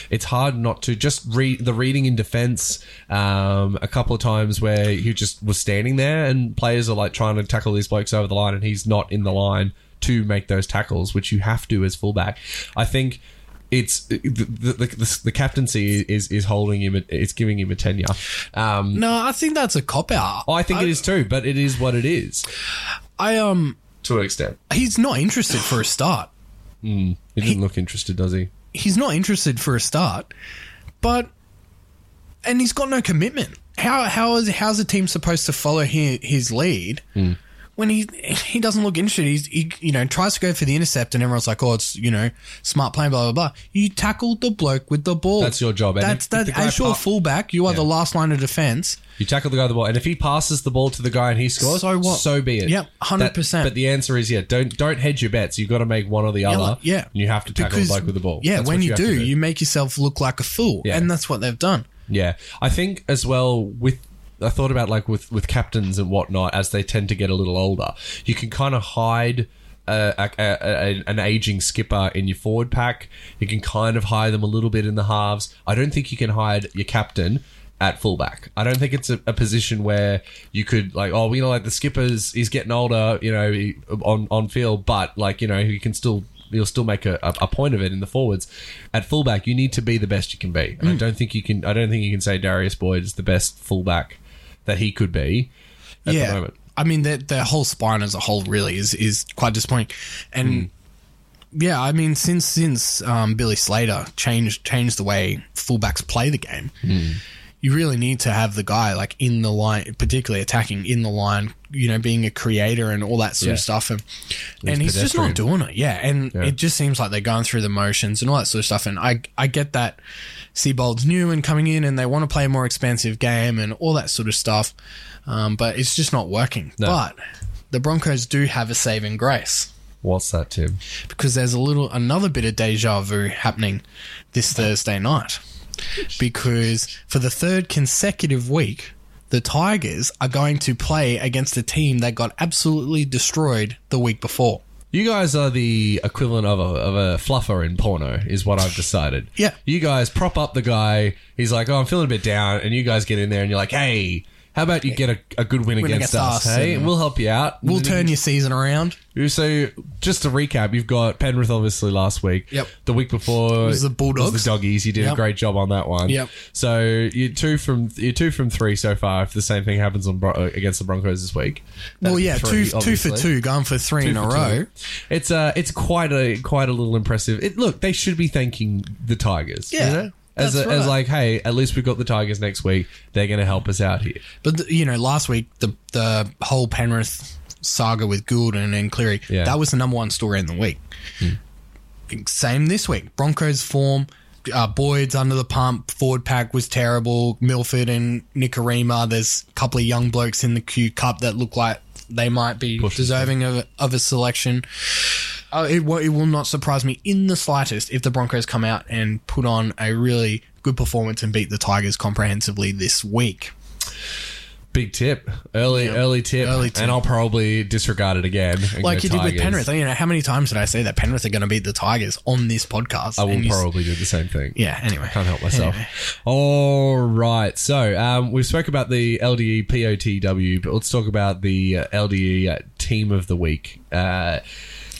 it's hard not to just read the reading in defense um, a couple of times where he just was standing there and players are like trying to tackle these blokes over the line and he's not in the line to make those tackles which you have to as fullback i think it's the the, the, the, the captaincy is is holding him it's giving him a tenure um No, I think that's a cop out. i think it is too but it is what it is I um to an extent he's not interested for a start. he didn't look interested does he he's not interested for a start, but and he's got no commitment. How how is how's the team supposed to follow his, his lead Hmm. when he he doesn't look interested? He's, he you know tries to go for the intercept, and everyone's like, "Oh, it's you know smart play, blah blah blah." You tackled the bloke with the ball. That's your job, and That's if- if that. the guy As your pa- fullback, you are the Yeah. last line of defense. You tackle the guy with the ball, and if he passes the ball to the guy and he scores, So what? So be it. Yeah, That- 100%. But the answer is yeah. Don't don't hedge your bets. You've got to make one or the other. yeah. and you have to tackle the bloke with the ball. Yeah, That's when what you, have to do, you make yourself look like a fool, Yeah. and that's what they've done. Yeah, I think as well with I thought about like with with captains and whatnot as they tend to get a little older, you can kind of hide. Uh, a, a, a, an aging skipper in your forward pack. You can kind of hide them a little bit in the halves. I don't think you can hide your captain at fullback. I don't think it's a, a position where you could like, oh, you know, like the skipper's he's getting older, you know, he- on on field, but like you know, he can still you'll still make a, a, a point of it in the forwards. At fullback, you need to be the best you can be. And I don't think you can. I don't think you can say Darius Boyd is the best fullback that he could be at yeah. the moment. I mean, their, their whole spine as a whole really is is quite disappointing, and Hmm. yeah, I mean, since since um, Billy Slater changed changed the way fullbacks play the game, you really need to have the guy like in the line, particularly attacking in the line. You know, being a creator and all that sort of Yeah. stuff, and and he's just not doing it. Yeah, and it just seems like they're going through the motions and all that sort of stuff. And I I get that Seabold's new and coming in, and they want to play a more expansive game and all that sort of stuff. Um, but it's just not working. But the Broncos do have a saving grace What's that, Tim? because there's a little another bit of deja vu happening this Thursday night. Because for the third consecutive week, the Tigers are going to play against a team that got absolutely destroyed the week before. You guys are the equivalent of a, of a fluffer in porno, is what I've decided. <laughs> Yeah. You guys prop up the guy. He's like, oh, I'm feeling a bit down. And you guys get in there and you're like, hey, how about you get a, a good win against against, us? us hey, and- and we'll help you out. We'll turn your season around. So, just to recap, you've got Penrith obviously last week. Yep. The week before was the Bulldogs. was the doggies. You did Yep. a great job on that one. Yep. So you two from you two from three so far. If the same thing happens on Bro- against the Broncos this week, that'd well, be yeah, three, two two for obviously. two, going for three in a for row. two. It's uh, it's quite a quite a little impressive. It, look, they should be thanking the Tigers. Yeah, You know? As, that's a, as right. like, hey, at least we've got the Tigers next week. They're going to help us out here. But the, you know, last week the the whole Penrith saga with Gould and, and Cleary Yeah. that was the number one story in the week. Same this week. Broncos form. Uh, Boyd's under the pump. Ford pack was terrible. Milford and Nicarima. There's a couple of young blokes in the Q Cup that look like they might be Pushing deserving of, of a selection. Uh, it, will, it will not surprise me in the slightest if the Broncos come out and put on a really good performance and beat the Tigers comprehensively this week. Big tip, early early tip, Early tip. and I'll probably disregard it again. and like go you did with Tigers. Penrith. You know, how many times did I say that Penrith are going to beat the Tigers on this podcast? I will And you s- probably do the same thing. Yeah. Anyway, Can't help myself. All right. So um, we spoke about the E LDE POTW, but let's talk about the uh, LDE uh, team of the week. Uh,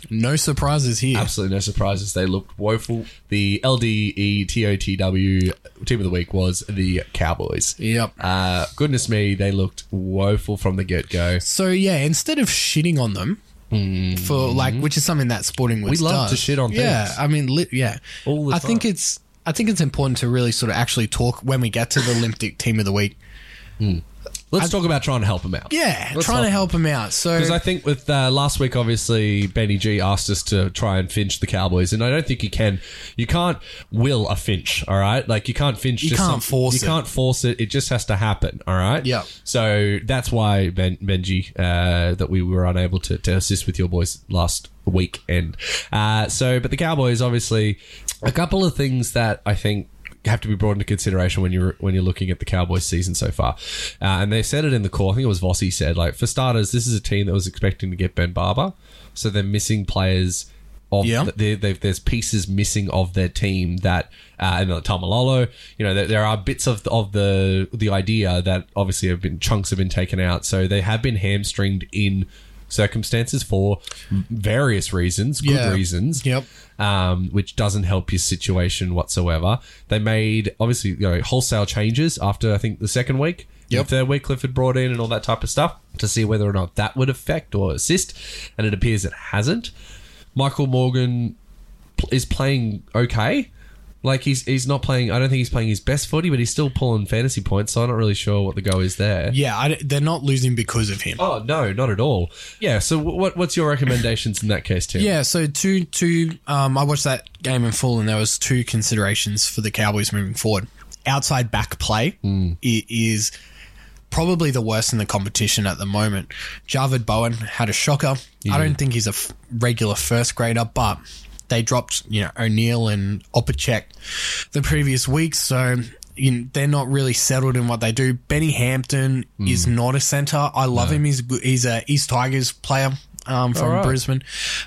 No surprises here. absolutely no surprises. They looked woeful. The E LDE TOTW team of the week was the Cowboys. Yep. Uh, goodness me, they looked woeful from the get go. So yeah, instead of shitting on them for like, which is something that Sporting Woods Hmm. We love does. to shit on Yeah. things. I mean, li- yeah. All the I think time. it's. I think it's important to really sort of actually talk when we get to the Olympic team of the week. Let's talk about trying to help them out. Yeah, Let's trying to help them out. So Because I think with uh, last week, obviously Benny G asked us to try and finch the Cowboys, and I don't think you can. You can't will a finch, all right? Like you can't finch. You just can't force You it. can't force it. It just has to happen, all right? Yeah. So that's why ben, Benji uh, that we were unable to, to assist with your boys last weekend. Uh, so, but the Cowboys, obviously, a couple of things that I think have to be brought into consideration when you're when you're looking at the Cowboys season so far. Uh, and they said it in the call. I think it was Vossi said, like for starters, this is a team that was expecting to get Ben Barber, so they're missing players. Of Yeah. they they've, there's pieces missing of their team that uh, and like Tamalolo, you know, there, there are bits of the, of the the idea that obviously have been chunks have been taken out, so they have been hamstringed in circumstances for various reasons, good Yeah. reasons Yep. um, which doesn't help your situation whatsoever. They made obviously you know wholesale changes after I think the second week, Yep. the third week Clifford brought in and all that type of stuff to see whether or not that would affect or assist, and it appears it hasn't. Michael Morgan pl- is playing okay. Like he's he's not playing. I don't think he's playing his best footy, but he's still pulling fantasy points. So I'm not really sure what the go is there. Yeah, I d they're not losing because of him. Oh no, not at all. Yeah. So wh- what what's your recommendations in that case, Tim? Yeah, so two two. Um, I watched that game in full, and there was two considerations for the Cowboys moving forward. Outside back play i- is probably the worst in the competition at the moment. Jarvid Bowen had a shocker. I don't think he's a f- regular first grader, but they dropped you know O'Neill and Opacek the previous week, so. You know, they're not really settled in what they do. Benny Hampton is not a center. I love him. He's a good- he's a East Tigers player um, from right. Brisbane,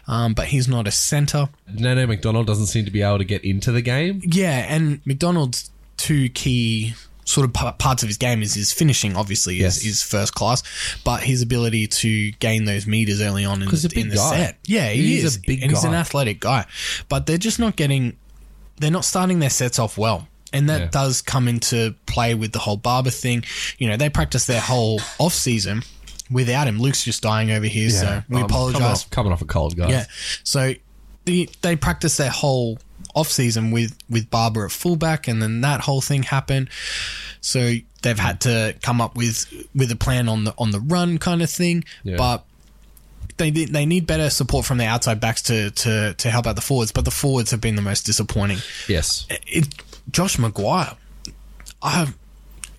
um, but he's not a centre. Nano McDonald doesn't seem to be able to get into the game. Yeah, and McDonald's two key sort of pa- parts of his game is his finishing, obviously, Yes. is, is first class, but his ability to gain those meters early on in, he's a the, big in the guy. set. Yeah, he, He's a is. big and he's an guy. athletic guy, but they're just not getting. They're not starting their sets off well. And that Yeah. does come into play with the whole Barber thing. You know, they practice their whole off season without him. Luke's just dying over here, so we Um, Coming apologize off, coming off a cold, guys. yeah. So the, they practice their whole off season with with Barber at fullback, and then that whole thing happened. So they've had to come up with with a plan on the on the run kind of thing, Yeah. but. They, need- they need better support from the outside backs to, to, to help out the forwards, but the forwards have been the most disappointing. Yes. It, Josh Maguire, I,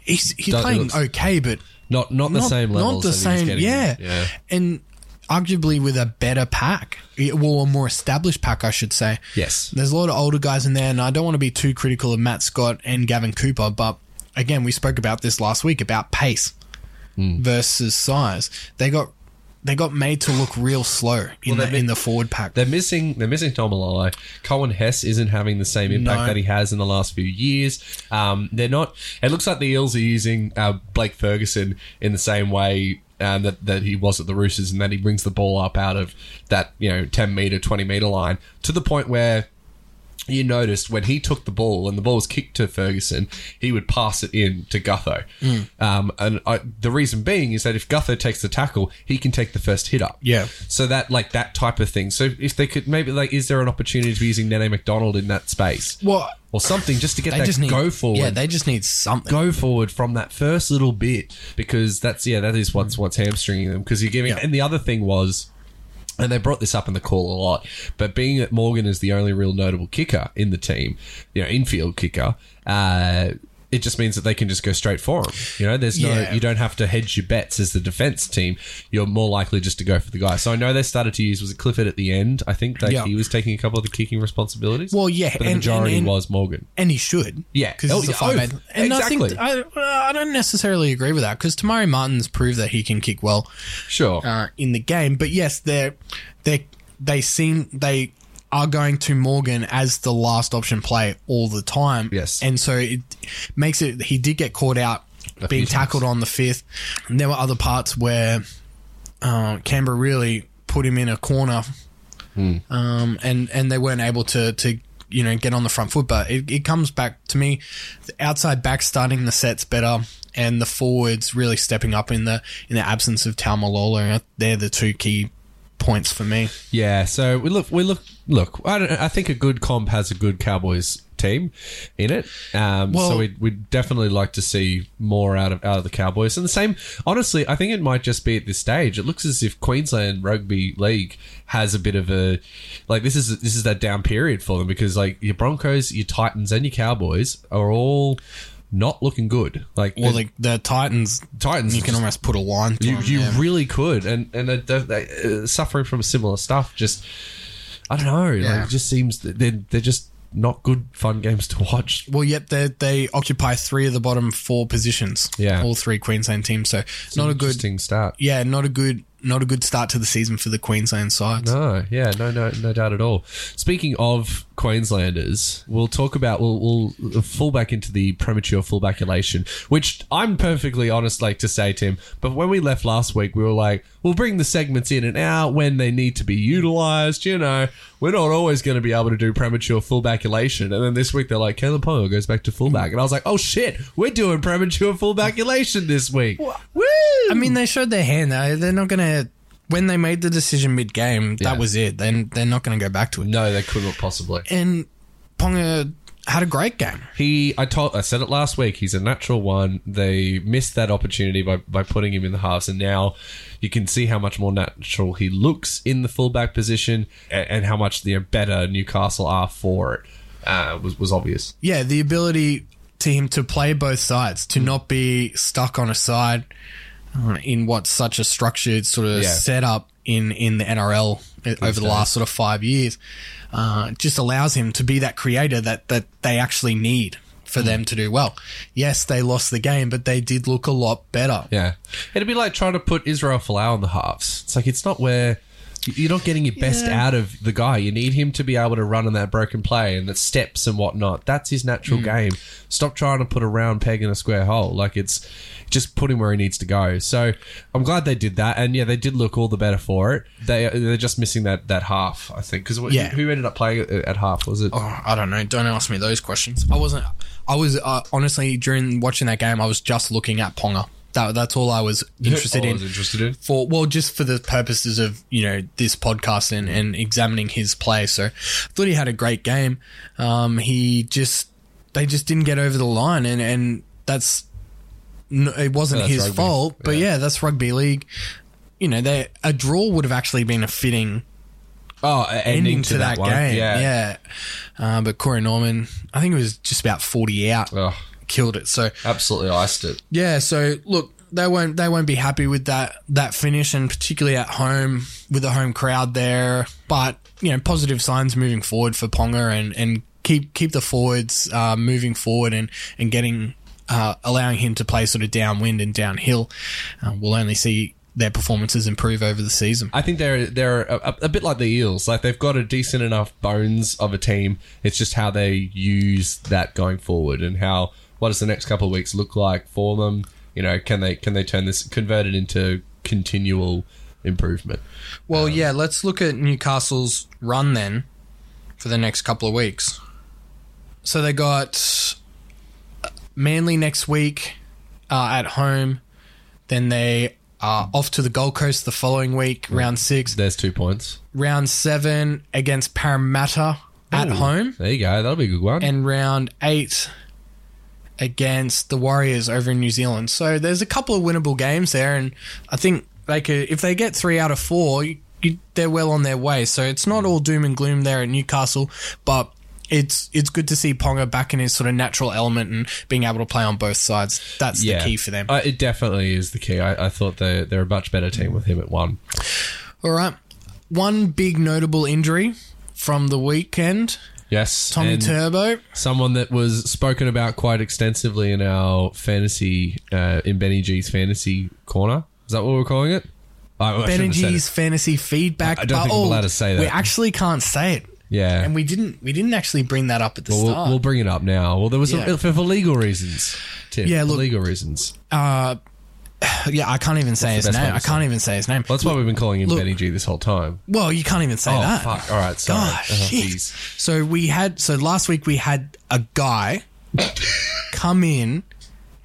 he's, he's Don't- it playing looks- okay, but Not not the same level. not the same, yeah. yeah. And arguably with a better pack, Yeah, well, a more established pack, I should say. Yes. There's a lot of older guys in there, and I don't want to be too critical of Matt Scott and Gavin Cooper, but again, we spoke about this last week about pace Hmm. versus size. They got they got made to look real slow in Well, they the made- in the forward pack. They're missing. They're missing Tom Alai. Cohen Hess isn't having the same impact No. that he has in the last few years. Um, they're not. It looks like the Eels are using uh, Blake Ferguson in the same way um, that that he was at the Roosters, and that he brings the ball up out of that you know ten meter, twenty meter line to the point where you noticed when he took the ball and the ball was kicked to Ferguson, he would pass it in to Gutho. Mm. Um, and I, the reason being is that if Gutho takes the tackle, he can take the first hit up. Yeah. So that like that type of thing. So if they could maybe like, is there an opportunity to be using Nene McDonald in that space well, or something just to get they that just need go forward? Yeah, they just need something. go forward from that first little bit because that's yeah that is what's what's hamstringing them because you're giving Yeah. and the other thing was and they brought this up in the call a lot but being that Morgan is the only real notable kicker in the team you know infield kicker uh it just means that they can just go straight for him. You know, there's no, Yeah. you don't have to hedge your bets as the defense team. You're more likely just to go for the guy. So I know they started to use was it Clifford at the end. I think that Yeah. he was taking a couple of the kicking responsibilities. Well, yeah, but the and- and- majority and- was Morgan. and he should. Yeah. because Oh, he's a yeah. five Oh, eight. And I exactly. think I, uh, I don't necessarily agree with that because Tamari Martin's proved that he can kick well Sure, uh, in the game. But yes, they're they they seem they are going to Morgan as the last option play all the time. Yes. and so it makes it. He did get caught out being few times. tackled on the fifth. And there were other parts where uh, Canberra really put him in a corner Hmm. um, and and they weren't able to to you know get on the front foot. But it, it comes back to me, the outside back starting the sets better, and the forwards really stepping up in the in the absence of Tal Malolo. They're the two key points for me. Yeah, so we look, we look, look. I don't. I think a good comp has a good Cowboys team in it. Um, so Well- we we would definitely like to see more out of out of the Cowboys. And the same, honestly, I think it might just be at this stage. It looks as if Queensland Rugby League has a bit of a like this is this is that down period for them because like your Broncos, your Titans, and your Cowboys are all not looking good. Like Well, the, the Titans. Titans, You can just- almost put a line. you, through you them. really could, and and they, they, uh, suffering from similar stuff. Just I don't know. Like Yeah. it just seems that they're they're just not good fun games to watch. Well, yet they they occupy three of the bottom four positions. Yeah. all three Queensland teams. So not a good. interesting start. Yeah, not a good. Not a good start to the season for the Queensland sides. No, Oh, yeah, no, no, no doubt at all. Speaking of Queenslanders, we'll talk about we'll, we'll fall back into the premature fullback elation, which I'm perfectly honest, like to say, Tim. But when we left last week, we were like, we'll bring the segments in and out when they need to be utilised. You know, we're not always going to be able to do premature fullback elation. And then this week they're like, Caleb Ponga goes back to fullback, and I was like, oh shit, we're doing premature fullback elation this week. Woo! I mean, they showed their hand. They- They're not going to. When they made the decision mid game, Yeah. that was it. Then they're not going to go back to it. no, they couldn't possibly. And Ponga had a great game. He, I told, I said it last week. He's a natural one. They missed that opportunity by, by putting him in the halves, and now you can see how much more natural he looks in the fullback position, and, and how much the better Newcastle are for it. Uh, was was obvious. Yeah, the ability to him to play both sides, Hmm. to not be stuck on a side uh, in what such a structured sort of Yeah. setup in in the NRL over the last sort of five years, uh, just allows him to be that creator that that they actually need Hmm. for them to do well. Yes, they lost the game, but they did look a lot better. Yeah, it'd be like trying to put Israel Folau on the halves. It's like it's not where you're not getting your best out of the guy. You need him to be able to run on that broken play and that steps and whatnot. That's his natural Hmm. game. Stop trying to put a round peg in a square hole. Like it's just put him where he needs to go. So I'm glad they did that, and yeah, they did look all the better for it. They they're just missing that that half, I think, because Yeah. who ended up playing at, at half was it? Oh, I don't know. Don't ask me those questions. I wasn't. I was uh, honestly during watching that game. I was just looking at Ponga. That, that's all I <laughs> was interested All Oh, I in. was interested in. for well, just for the purposes of you know this podcast and, and examining his play. So, I thought he had a great game. Um, he just they just didn't get over the line, and and that's no, it wasn't Yeah, that's his rugby. fault. But Yeah. yeah. that's rugby league. You know, they a draw would have actually been a fitting Oh, a- ending, ending to, that, one. game. Yeah. Yeah, Uh, but Corey Norman, I think it was just about forty out, Oh, killed it. So absolutely iced it. yeah, so look, they won't they won't be happy with that that finish, and particularly at home with the home crowd there. But you know, positive signs moving forward for Ponga, and and keep keep the forwards uh, moving forward and and getting uh, allowing him to play sort of downwind and downhill. Uh, we'll only see their performances improve over the season. I think they're they're a, a- a bit like the Eels. Like they've got a decent enough bones of a team. It's just how they use that going forward and how what does the next couple of weeks look like for them? You know, can they can they turn this convert it into continual improvement? Well, yeah, let's look at Newcastle's run then for the next couple of weeks. So they got Manly next week uh, at home. Then they are off to the Gold Coast the following week, round six. There's two points. Round seven against Parramatta at home. There you go. That'll be a good one. And round eight against the Warriors over in New Zealand. So there's a couple of winnable games there. And I think they could, if they get three out of four, you, you, they're well on their way. So it's not all doom and gloom there at Newcastle, but. It's it's good to see Ponga back in his sort of natural element and being able to play on both sides. That's the key for them. Uh, it definitely is the key. I, I thought they they're a much better team with him at one. All right. One big notable injury from the weekend. Yes, Tommy and- Turbo. someone that was spoken about quite extensively in our fantasy uh, in Benny G's fantasy corner. Is that what we're calling it? I, I shouldn't have said it. Benji's fantasy feedback. I- I don't think I'm oh, allowed to say We that. actually can't say it. Yeah. And we didn't we didn't actually bring that up at the We'll, start. we'll bring it up now. Well, there was Yeah. a, for, for legal reasons. Tim, Yeah, for look- legal reasons. yeah, I can't even say his best way name. to I say can't even say his name. Well, that's why we've been calling him look- Benny G this whole time. Well, you can't even say Oh that. fuck! All right, sorry. Gosh, Oh, shit. jeez. So we had so last week we had a <laughs> guy come in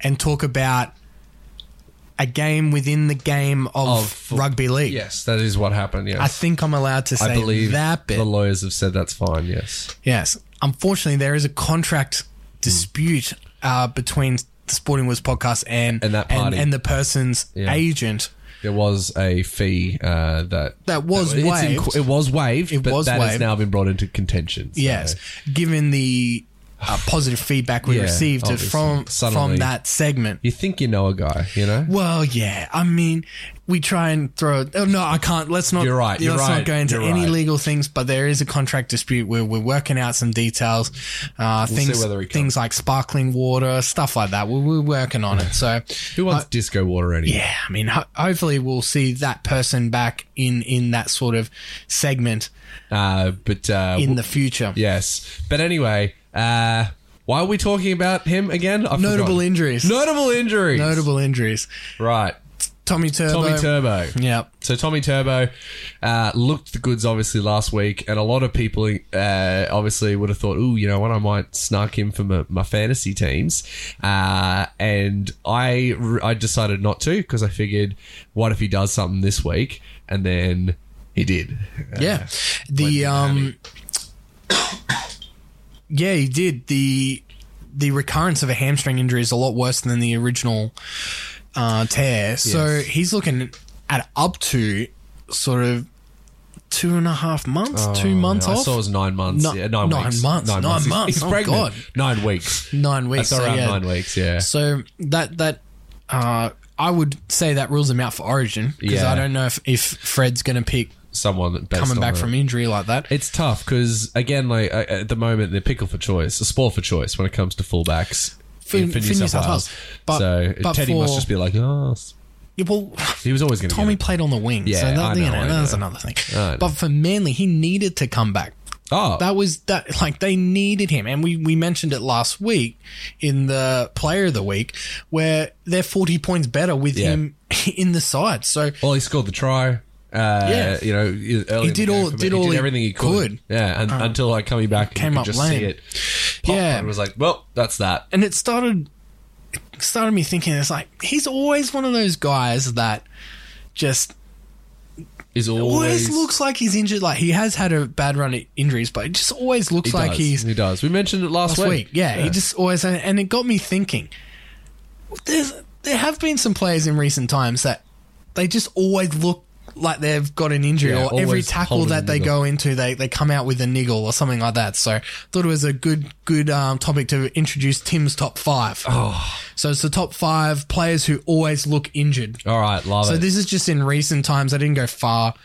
and talk about a game within the game Of of, fo- rugby league. Yes, that is what happened. Yes, I think I'm allowed to say I believe that bit. the lawyers have said that's fine. Yes, Yes. Unfortunately, there is a contract dispute uh, between the Sporting Woods podcast and And that and, party. the person's Yeah. agent there was a fee uh, that that was it's in- waived. it was waived. It but was that has waived. now been brought into contention. so- yes, given the uh, positive feedback we <sighs> Yeah, received obviously. from Suddenly. from that segment. You think you know a guy, you know? Well, yeah. I mean, we try and throw. Oh, no, I can't. Let's not. You're right, you're let's right, not go into you're any right. legal things. But there is a contract dispute where we're working out some details. Uh, things, whether he comes. things like sparkling water, stuff like that. We're, we're working on it. <laughs> So Who wants Uh, disco water anyway? yeah, I mean, ho- hopefully we'll see that person back in in that sort of segment Uh, but uh, in w- the future. yes. But anyway, uh, why are we talking about him again? I've Notable forgotten. injuries. Notable injuries. Notable injuries. Right. Tommy Turbo. Tommy <laughs> Turbo. Yeah. So Tommy Turbo uh, looked the goods obviously last week, and a lot of people uh, obviously would have thought, "Ooh, you know what? I might snark him for my, my fantasy teams." Uh, and I r- I decided not to because I figured, what if he does something this week? And then he did. Uh, Yeah. The um <coughs> Yeah, he did. The the recurrence of a hamstring injury is a lot worse than the original uh, tear. So he's looking at up to sort of two and a half months, two months Oh, I off. saw it was nine months. No- yeah, nine, nine weeks. months, nine He's- months. He's Oh, pregnant. God. Nine weeks. nine weeks. That's around so, yeah. nine weeks. Yeah. So that that uh, I would say that rules him out for Origin because Yeah. I don't know if, if Fred's going to pick Someone that based coming on back that. from injury like that. It's tough because again, like uh, at the moment, they're pickle for choice, a spore for choice when it comes to fullbacks For- in- for, New South, Wales. But- so but Teddy must for- just be like, oh, s- Yeah, well, <laughs> he was always going to. Tommy played on the wing, Yeah, so that, I you know, know, I that's know. another thing. I know. But for Manly, he needed to come back. Oh, That was that like they needed him, and we we mentioned it last week in the Player of the Week, where they're forty points better with Yeah. him <laughs> in the side. So well, he scored the try. Uh, Yeah. you know, early in the did game all- for me. did all he he did everything he could. could. Uh, Yeah, and, until like coming back, came and you up could just lame. see it. Pop, Yeah. and it was like, well, that's that. and it started it started me thinking it's like he's always one of those guys that just Is always, always looks like he's injured like he has had a bad run at injuries but it just always looks He like does. he's he does. We mentioned it last, last week yeah, he just always and it got me thinking there's there have been some players in recent times that they just always look like they've got an injury Yeah, or every always tackle holding a that they niggle. go into they, they come out with a niggle or something like that so thought it was a good good um, topic to introduce tim's top five. Oh. so it's the top five players who always look injured All right, love so it. this is just in recent times i didn't go far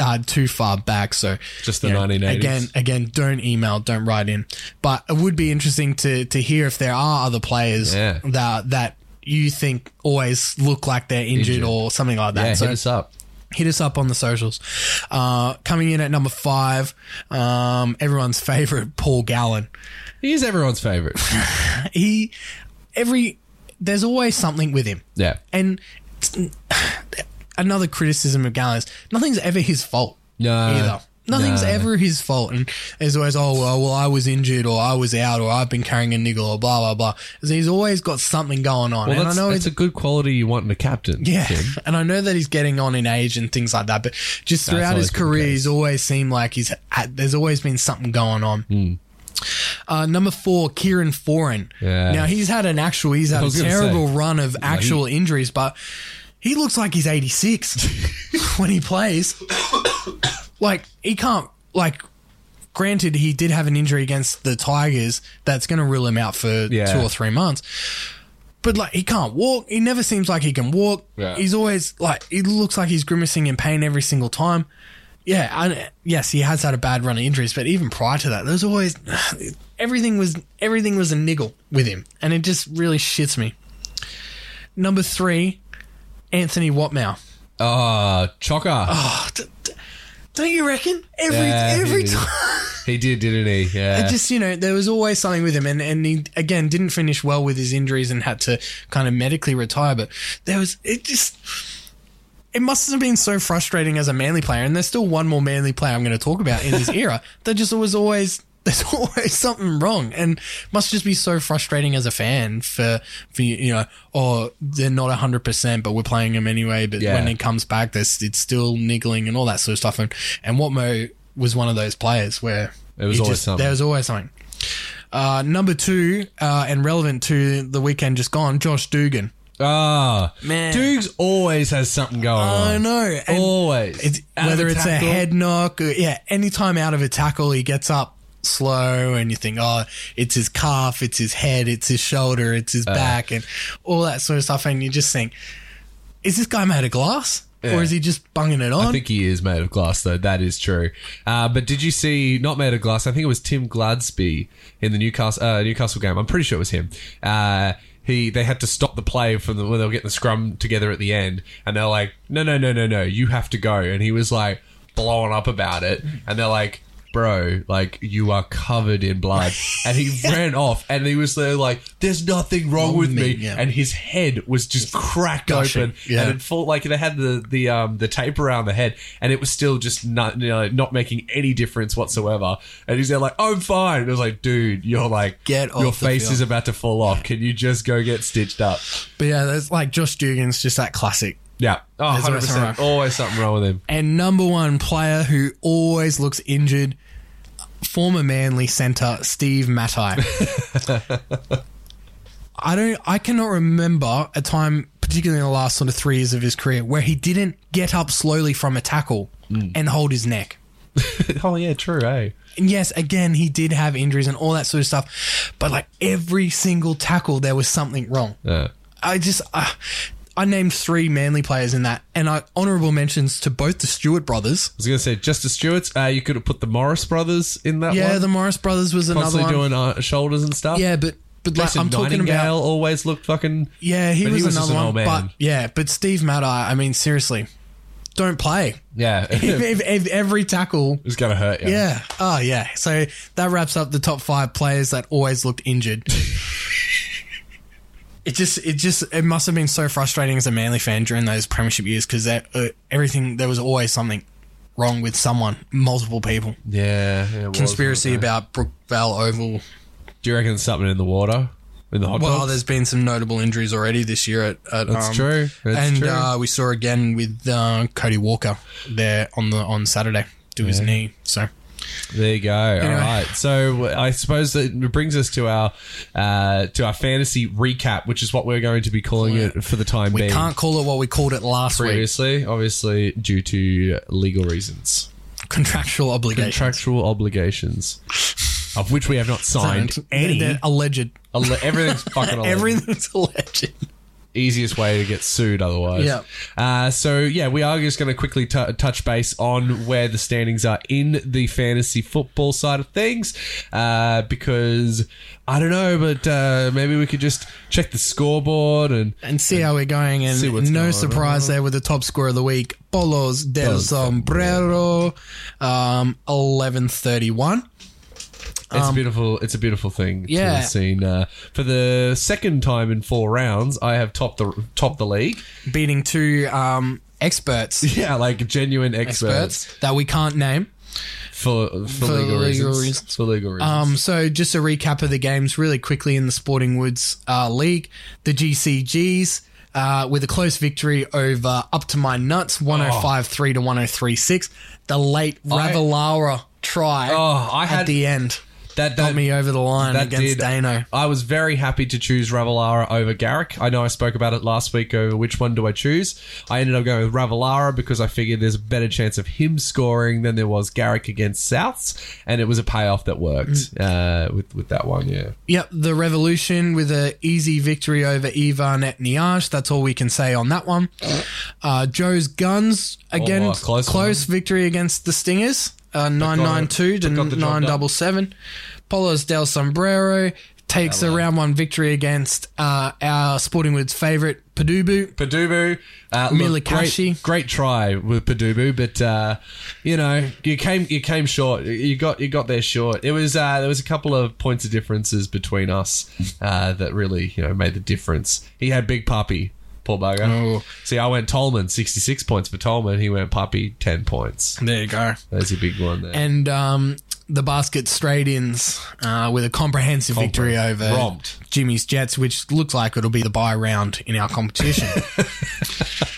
uh, too far back so Just the you know, 1980s. again again don't email don't write in but it would be interesting to to hear if there are other players Yeah. that that you think always look like they're injured, Injured. or something like that yeah, so hit us up. hit us up on the socials uh coming in at number five um everyone's <laughs> favorite paul gallen He is <laughs> everyone's favorite. he every there's always something with him Yeah. and it's- another criticism of Gallen is nothing's ever his fault. No. either. Nothing's No. ever his fault, and there's always oh well, well I was injured or I was out or I've been carrying a niggle or blah blah blah. So he's always got something going on, Well, and I that's, know that's it's a good quality you want in a captain. yeah, Tim. <laughs> and I know that he's getting on in age and things like that, but just throughout his always been the career, case. he's always seemed like he's at, there's always been something going on. Hmm. Uh, number four, Kieran Foran. Yeah. Now he's had an actual, he's had I a was gonna terrible say. run of <laughs> actual injuries, but he looks like he's <laughs> 86 when he plays. like he can't like. Granted, he did have an injury against the Tigers that's going to rule him out for Yeah. two or three months. But like he can't walk. He never seems like he can walk. Yeah. He's always like he looks like he's grimacing in pain every single time. Yeah, and yes, he has had a bad run of injuries, but even prior to that, there's always <sighs> everything was everything was a niggle with him, and it just really shits me. Number three, Anthony Watmow. Uh, Chocker. Ah. Don't you reckon? Every Yeah, every he did. time. He did, didn't he? Yeah. I just you know there was always something with him and and he again didn't finish well with his injuries and had to kind of medically retire but there was it just it must have been so frustrating as a manly player and there's still one more manly player I'm going to talk about in <laughs> this era that just was always there's <laughs> always something wrong and must just be so frustrating as a fan for for you know oh they're not 100% but we're playing him anyway but Yeah. when it comes back there's it's still niggling and all that sort of stuff and and Watmo was one of those players where There was you always something. There was always something. Uh, number two, uh, and relevant to the weekend just gone, Josh Dugan. Ah, Man. Dukes always has something going on. I know. and Always. It's, Oh. Out of whether a it's a tackle. head knock, or, yeah, anytime out of a tackle, he gets up slow and you think, oh, it's his calf, it's his head, it's his shoulder, it's Uh. his back, and all that sort of stuff. And you just think, is this guy made of glass? Yeah. Or is he just bunging it on? I think he is made of glass, though. That is true. Uh, but did you see, not made of glass, I think it was Tim Gladsby in the Newcastle uh, Newcastle game. I'm pretty sure it was him. Uh, he They had to stop the play from the, when they were getting the scrum together at the end. And they're like, no, no, no, no, no. You have to go. And he was like blowing up about it. And they're like, bro, like you are covered in <laughs> blood. And he ran off and he was there like, there's nothing wrong with me. me, yeah. And his head was just cracked gushing, open. yeah. And it full like they had the the um the tape around the head and it was still just not you know, not making any difference whatsoever and he's there like i'm fine it was like dude you're like Get off your the face field. is about to fall off can you just go get stitched up but yeah, that's like Josh Dugan's just that classic. yeah oh, There's always 100% something always, wrong. <laughs> something wrong with him and number one player who always looks injured. former Manly centre Steve Matai. I don't. I cannot remember a time, particularly in the last sort of three years of his career, where he didn't get up slowly from a tackle and hold his neck. oh yeah, true. Eh? And yes, again, he did have injuries and all that sort of stuff, but like every single tackle, there was something wrong. Yeah. I just uh, I named three Manly players in that, and I honourable mentions to both the Stewart brothers. I was gonna say Justice Stewart's. Uh, you could have put the Morris brothers in that. Yeah, one. the Morris brothers was another constantly one. doing uh, shoulders and stuff. yeah, but but like, Mason I'm talking Nightingale about always looked fucking. yeah, he but was, just another an one. old man. But yeah, but Steve Maddie, I mean, seriously, don't play. <laughs> yeah, <laughs> If, it if, if every tackle. was gonna hurt you. Yeah. Oh, yeah. So that wraps up the top five players that always looked <laughs> injured. it just, it just, it must have been so frustrating as a Manly fan during those Premiership years because uh, everything there was always something wrong with someone, multiple people. yeah. yeah, it was, Conspiracy wasn't it? about Brook Val Oval. Do you reckon there's something in the water in the hot Well, dogs? there's been some notable injuries already this year. At, at That's um, true. That's and true. Uh, we saw again with uh, Cody Walker there on the on Saturday to his knee. So There you go. All right. So I suppose that brings us to our uh, to our fantasy recap, which is what we're going to be calling it for the time we being. can't call it what we called it last week. previously, obviously, due to legal reasons, contractual obligations. contractual obligations, of which we have not signed any. <laughs> They're alleged. Alle- everything's <laughs> fucking. alleged. Everything's alleged. easiest way to get sued otherwise. Yeah. Uh, so, yeah, we are just going to quickly t- touch base on where the standings are in the fantasy football side of things uh, because I don't know, but uh, maybe we could just check the scoreboard and. And see how we're going. And See what's no going on. surprise there with the top scorer of the week, Polos del Del Sombrero, um, eleven thirty-one. It's beautiful. It's a beautiful thing to Um, yeah. have seen. Uh, for the second time in four rounds, I have topped the topped the league. beating two um, experts, Yeah, like genuine experts, experts that we can't name. For, for legal, legal reasons. reasons. For legal reasons. Um, so just a recap of the games really quickly in the Sporting Woods uh, League, the GCGs. Uh, with a close victory over up to my nuts Oh. 105.3 to 103.6 the late Ravalara try Oh, I at had- the end that, got that me over the line against Dano I was very happy to choose Ravelara over Garrick. I know I spoke about it last week over which one do I choose. I ended up going with Ravelara because I figured there's a better chance of him scoring than there was Garrick against Souths, and it was a payoff that worked uh, with with that one. Yeah, Yep, the Revolution with a easy victory over Ivan at Niage. That's all we can say on that one. Uh, Joe's Guns again, Oh, close, close victory against the Stingers, uh, nine nine two to got the job nine double seven. Polos del Sombrero takes a round one victory against uh, our Sporting Woods favourite Padubu. Padubu, uh, look, Milikashi. great, great try with Padubu, but uh, you know you came you came short. You got you got there short. It was uh, there was a couple of points of differences between us uh, that really you know made the difference. He had big puppy, poor bugger. Oh. See, I went Tolman sixty six points for Tolman. He went puppy ten points. There you go. There's a big one there. And um, the basket straight ins uh, with a comprehensive victory over Romped. Jimmy's Jets, which looks like it'll be the bye round in our competition.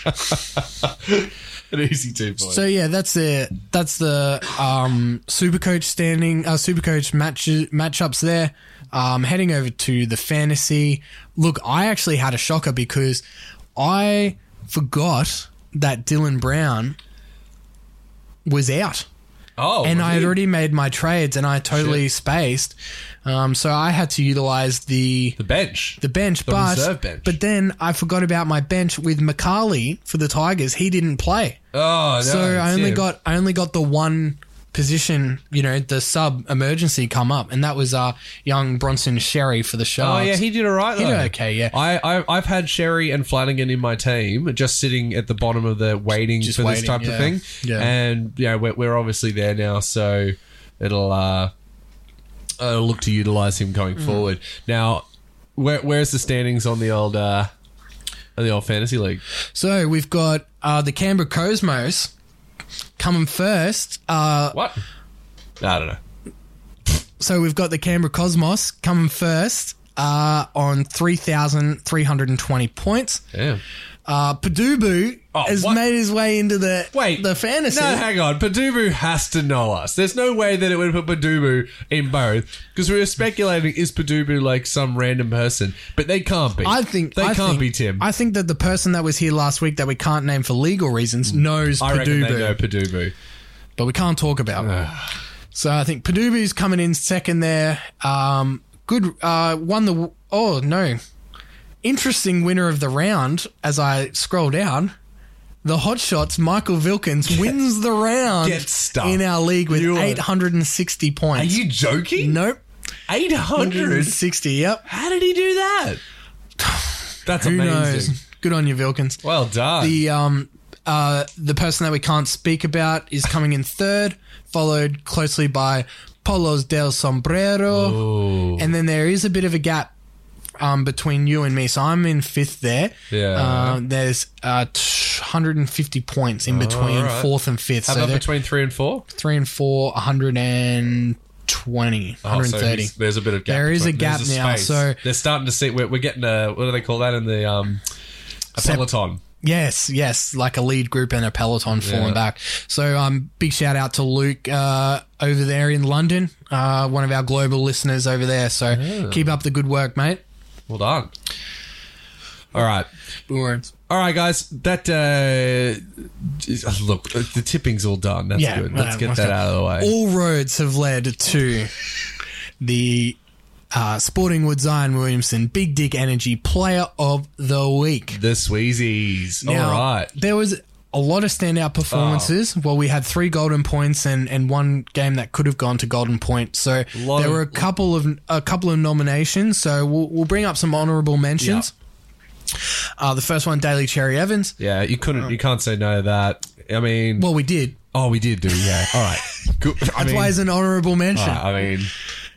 <laughs> An <laughs> easy two points. so yeah, that's the that's the um, Supercoach standing uh, Supercoach match matchups there. Um, heading over to the fantasy. Look, I actually had a shocker because I forgot that Dylan Brown was out. oh, and was I had he? already made my trades, and I totally spaced. Um, so I had to utilize the the bench. the bench, but reserve bench. but then I forgot about my bench with McCarley for the Tigers. He didn't play, oh, no, so I it's only him. got I only got the one position. You know, the sub emergency come up, and that was uh, young Bronson Sherry for the Oh Sharks. yeah, he did all right. He did though. okay, yeah. I, I I've had Sherry and Flanagan in my team, just sitting at the bottom of the waiting Just for waiting, this type yeah. of thing. Yeah. and yeah, we're, we're obviously there now, so it'll uh, uh look to utilize him going Mm-hmm. forward. Now, where, where's the standings on the old uh on the old fantasy league? So we've got uh, the Canberra Cosmos coming first. Uh, What? I don't know. so we've got the Canberra Cosmos coming first. uh, on 3,320 points. Yeah. Uh, Padubu Oh, has what? made his way into the Wait, the fantasy. No, hang on. Padubu has to know us. There's no way that it would put Padubu in both because we were speculating is Padubu like some random person, but they can't be. I think they I can't think- be Tim. I think that the person that was here last week that we can't name for legal reasons knows I reckon Padubu, they know Padubu. but we can't talk about. it. so I think Padubu's coming in second there. Um, good, uh, won the. Oh no, interesting winner of the round. As I scroll down, the Hot Shots Michael Vilkins wins the round get stuffed. in our league with You are- 860 Are points. you joking? nope, Eight hundred. 160. Yep. How did he do that? <sighs> That's Who amazing. knows? Good on you, Vilkins. Well done. the um uh the person that we can't speak about is coming in third, followed closely by Polos del Sombrero, and then there is a bit of a gap um between you and me, so I'm in fifth there. Yeah. um, there's uh. T- 150 points in between Oh, Alright. fourth and fifth. How so about they're between three and four? three and four, 120, Oh, so 130. he's- there's a bit of gap. There is a between- there's gap now, space. so- they're starting to see. We're, we're getting a what do they call that in the um, a Sep- peloton? Yes, yes, like a lead group and a peloton falling Yeah. back. So, um, big shout out to Luke uh, over there in London, uh, one of our global listeners over there. So, keep up the good work, mate. Well done. All right. All right, guys. That uh, geez, look, the tipping's all done. That's Yeah, good. Let's uh, get let's that go. out of the way. All roads have led to the uh, Sporting Wood Zion Williamson Big Dick Energy Player of the Week. the Sweezies. Now, all Oh, right. Oh. There was a lot of standout performances. Well, we had three golden points and, and one game that could have gone to golden point. So Lot there of- were a couple of a couple of nominations. So we'll, we'll bring up some honourable mentions. Uh, the first one, Daily Cherry Evans. Yeah, you couldn't. You can't say no to that. I mean, Well, we did. oh, we did do. it, Yeah. <laughs> All right. Good. I That's mean, why it's an honourable mention. all right, I mean,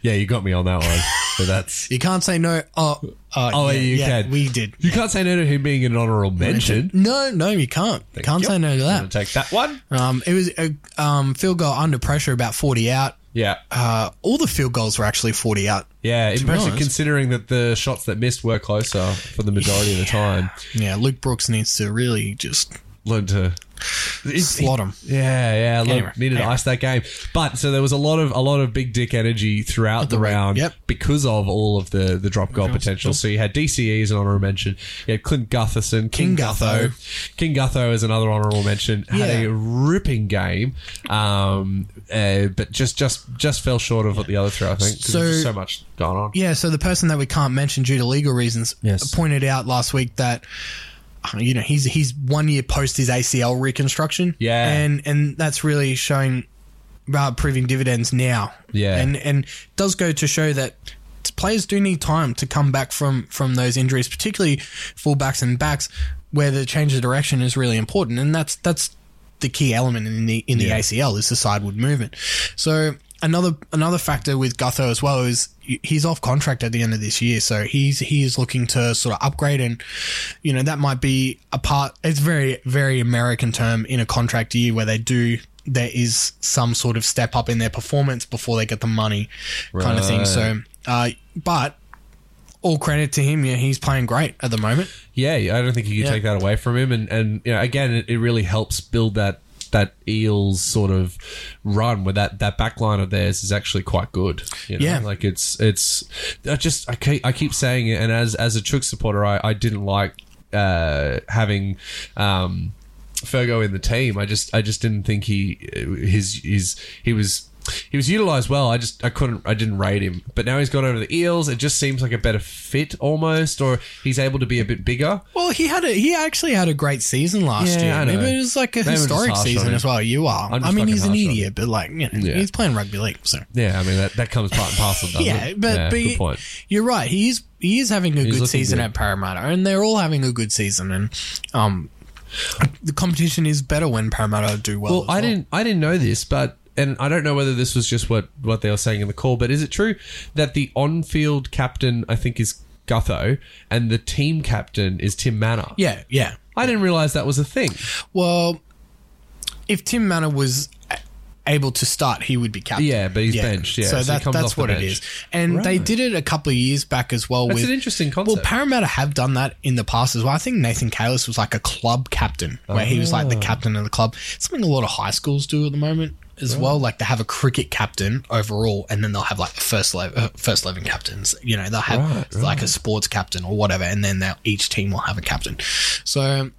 yeah, you got me on that one. But that's you can't say no. Oh, oh, Oh, yeah, you yeah, can. We did. you can't say no to him being an honourable mention. No, no, you can't. You can't Yep. say no to Gonna that. take that one. Um, it was a um, field goal under pressure, about forty out. Yeah. Uh, all the field goals were actually forty out. Yeah, be impressive honest. considering that the shots that missed were closer for the majority of the time. Yeah, Luke Brooks needs to really just Learn to slot him. Yeah, yeah, look, Anyway, needed to anyway. ice that game. But so there was a lot of a lot of big dick energy throughout the rate, round yep. because of all of the the drop goal potential. So you had DCE as an honourable mention. You had Clint Gutherson, King King, Gutho. Gutho. King Gutho is another honourable mention. Had Yeah. a ripping game, um, uh, but just just just fell short of what the other three. I think 'cause So- there's just so much going on. Yeah, so the person that we can't mention due to legal reasons Yes. pointed out last week that uh, you know he's he's one year post his ACL reconstruction. Yeah. and and that's really showing, uh, proving dividends now. Yeah. and and does go to show that players do need time to come back from from those injuries, particularly fullbacks and backs, where the change of direction is really important, and that's that's the key element in the in the ACL is the sideward movement. So another another factor with Gutho as well is he's off contract at the end of this year, so he's he is looking to sort of upgrade, and you know that might be a part. It's very very American term in a contract year where they do. There is some sort of step up in their performance before they get the money, kind of thing. So, uh, but all credit to him. Yeah, he's playing great at the moment. Yeah, I don't think you can Yeah. take that away from him. And and you know, again, it, it really helps build that that Eels sort of run where that that back line of theirs is actually quite good. You know? Yeah. like it's it's I just I keep I keep saying it, and as as a Trick supporter, I I didn't like uh having um Fergo in the team. I just I just didn't think he his his he was. He was utilized well. I just I couldn't I didn't rate him. But now he's gone over to the Eels. It just seems like a better fit almost, or he's able to be a bit bigger. Well, he had a he actually had a great season last Yeah, year. I know. Maybe it was like a Maybe I'm just historic harsh on season him. as well. You are. I'm just I mean, fucking he's an harsh on idiot, but like you know, Yeah. he's playing rugby league, so. Yeah, I mean that, that comes part and parcel. Doesn't <laughs> Yeah, it? but, but good point. you're right. He is he is having a good looking season good. at Parramatta, and they're all having a good season. And um, the competition is better when Parramatta do well. Well, as I didn't I didn't know this, but and I don't know whether this was just what what they were saying in the call, but is it true that the on field captain I think is Gutho and the team captain is Tim Manor? Yeah, yeah. I didn't realize that was a thing. Well, if Tim Manor was a- able to start, he would be captain. Yeah, but he's benched, yeah, so, so he that, comes that's off the what it bench. is. And they did it a couple of years back as well. That's with, an interesting Well, concept. Parramatta have done that in the past as well. I think Nathan Kalis was like a club captain, where he was Ah. like the captain of the club. Something a lot of high schools do at the moment as well. Like they have a cricket captain overall, and then they'll have like the first eleven, uh, first eleven captains. You know, they'll have like a sports captain or whatever, and then they'll, each team will have a captain. So.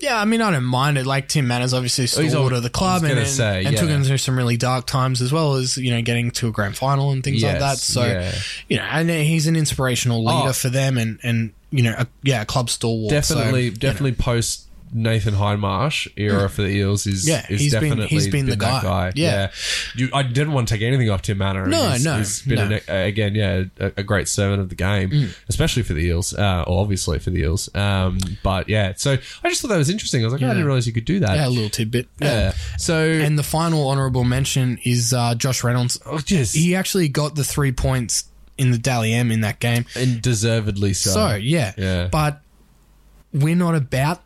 Yeah, I mean, I don't mind it. Like Tim Manners, obviously, he's stalwart al- of the I club, was and, gonna and, say, and took yeah. him through some really dark times, as well as you know, getting to a grand final and things like Yes, that. So, yeah. you know, and he's an inspirational leader Oh. for them, and and you know, a, yeah, a club stalwart. so, definitely, you Mm. definitely post Nathan Hindmarsh era for the Eels is Yeah, is he's been- definitely he's been the that guy. Yeah. You, I didn't want to take anything off Tim Manor. No, he's, no, he's been no. Mm. an, a- again, yeah, a, a great servant of the game, especially for the Eels, uh, or obviously for the Eels. Um, but yeah, so I just thought that was interesting. I was like, oh, I didn't realize you could do that. know, yeah, a little tidbit. Yeah. So And the final honourable mention is uh, Josh Reynolds. oh, yes, He actually got the three points in the Dally M in that game. and deservedly so. So yeah, Yeah. but we're not about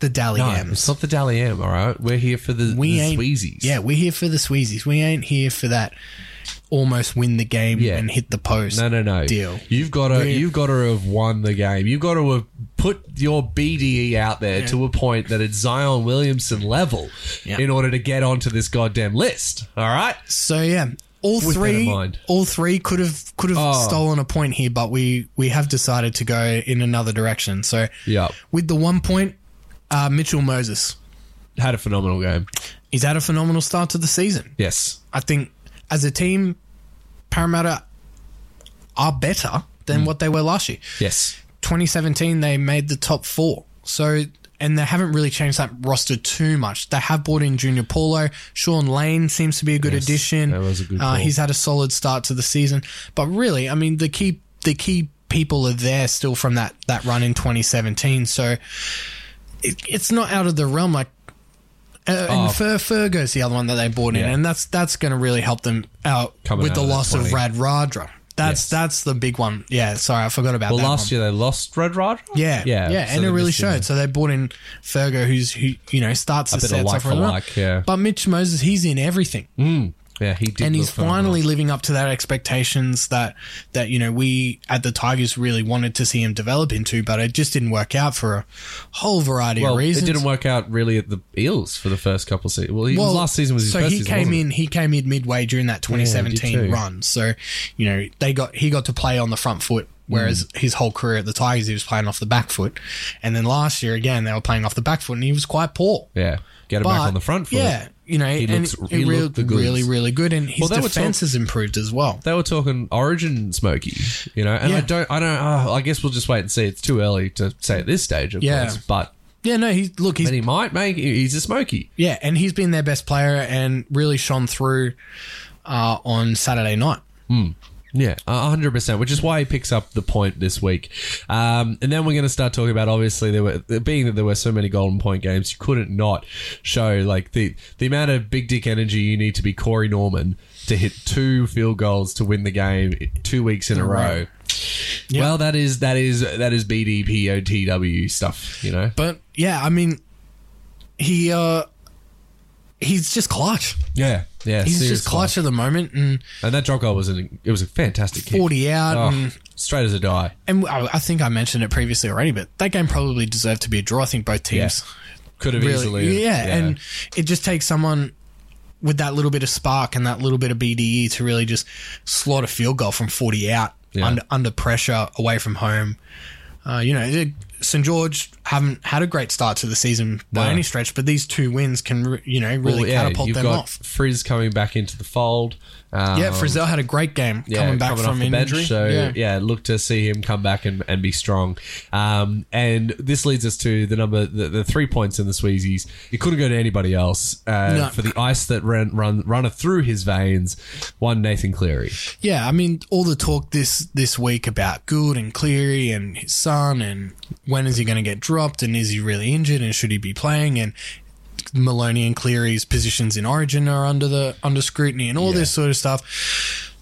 the Dally no, M's. it's not the Dally M. All right, we're here for the we the ain't Sweezies. Yeah, we're here for the Sweezies. We ain't here for that almost win the game Yeah. and hit the post. No, no, no. Deal. You've got to, We're- you've got to have won the game. You've got to have put your BDE out there to a point that it's Zion Williamson level Yeah. in order to get onto this goddamn list. All right. So yeah, all that in three, mind. all three could have could have Oh. stolen a point here, but we we have decided to go in another direction. So Yeah. with the one point, uh, Mitchell Moses, Had a phenomenal game. he's had a phenomenal start to the season. Yes. I think as a team, Parramatta are better Hmm. than what they were last year. Yes. 2017 they made the top four. So and they haven't really changed that roster too much. They have brought in Junior Paulo. Sean Lane seems to be a good addition. that was a good uh, call. he's had a solid start to the season. But really, I mean the key the key people are there still from that that run in 2017. So it, it's not out of the realm. Like uh, Oh. and Fur Fergo's the other one that they brought in, Yeah. and that's that's going to really help them out Coming with out the of the loss of 20. Rad Radra. That's Yes. that's the big one. Yeah, sorry, I forgot about Well, that. one. last year they lost Red Rodra. Yeah, Yeah. yeah, so and it they're really missing- showed. So they brought in Fergo, who's who you know starts the bit of sets like off for really well. like, yeah. But Mitch Moses, he's in everything, Yeah. He did. and look he's phenomenal. finally living up to that expectations that that you know we at the Tigers really wanted to see him develop into, but it just didn't work out for a whole variety Well, of reasons. it didn't work out really at the Eels for the first couple of seasons. Well, he, Well, last season was his so first he season, came wasn't it? in. He came in midway during that Yeah, he 2017 did too. run. So you know they got he got to play on the front foot, whereas Mm. his whole career at the Tigers he was playing off the back foot. And then last year again they were playing off the back foot, and he was quite poor. Yeah. Get him But back on the front foot. yeah, you know, He and looks- it- he it really, looked the goods. really, really good, and his Well, they were defense has improved as well. they were talking Origin Smoky, you know, and I Yeah. don't, I don't, uh, I guess we'll just wait and see. It's too early to say at this stage, of Yeah. course, but Yeah, no, he's look, he's then he might make. He's a Smoky. yeah, and he's been their best player and really shone through uh, on Saturday night. Yeah, hundred percent. Which is why he picks up the point this week. Um, and then we're going to start talking about obviously there were being that there were so many golden point games, you couldn't not show like the the amount of big dick energy you need to be Corey Norman to hit two field goals to win the game two weeks in a row. Well, that is that is that is BDPOTW stuff, you know. But yeah, I mean, he uh, he's just clutch. Yeah, yeah. He's serious just clutch at the moment, and And that drop goal was an it was a fantastic kick. 40 out, Oh, and, straight as a die. and I, I think I mentioned it previously already, but that game probably deserved to be a draw. I think both teams Could have really, easily, yeah, and it just takes someone with that little bit of spark and that little bit of BDE to really just slot a field goal from 40 out Yeah. under under pressure away from home. Uh, you know, it- St George haven't had a great start to the season by No. any stretch, but these two wins can re- you know really Well, yeah, catapult you've them got off. Frizz coming back into the fold. Um, Yeah, Frizzell had a great game yeah, coming back off from the bench, injury. so yeah. yeah. look to see him come back and, and be strong. Um, and this leads us to the number, the, the three points in the Sweezies. It couldn't go to anybody else uh, No. for the ice that ran, run runneth through his veins. One Nathan Cleary. Yeah, I mean, all the talk this this week about Good and Cleary and his son, and when is he going to get dropped, and is he really injured, and should he be playing, and Maloney and Cleary's positions in Origin are under the under scrutiny, and all this sort of stuff.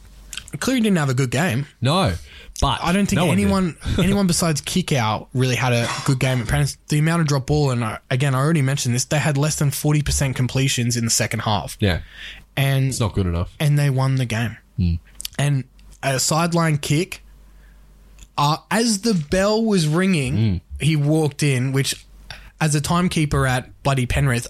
Cleary didn't have a good game. No, but I don't think no one did. anyone <laughs> anyone besides Kick Out really had a good game at Prentice. The amount of drop ball, and I, again, I already mentioned this, they had less than forty percent completions in the second half Yeah, and It's not good enough. and they won the game. Hmm. And a sideline kick. Uh, as the bell was ringing, Hmm. he walked in, which, as a timekeeper at bloody Penrith,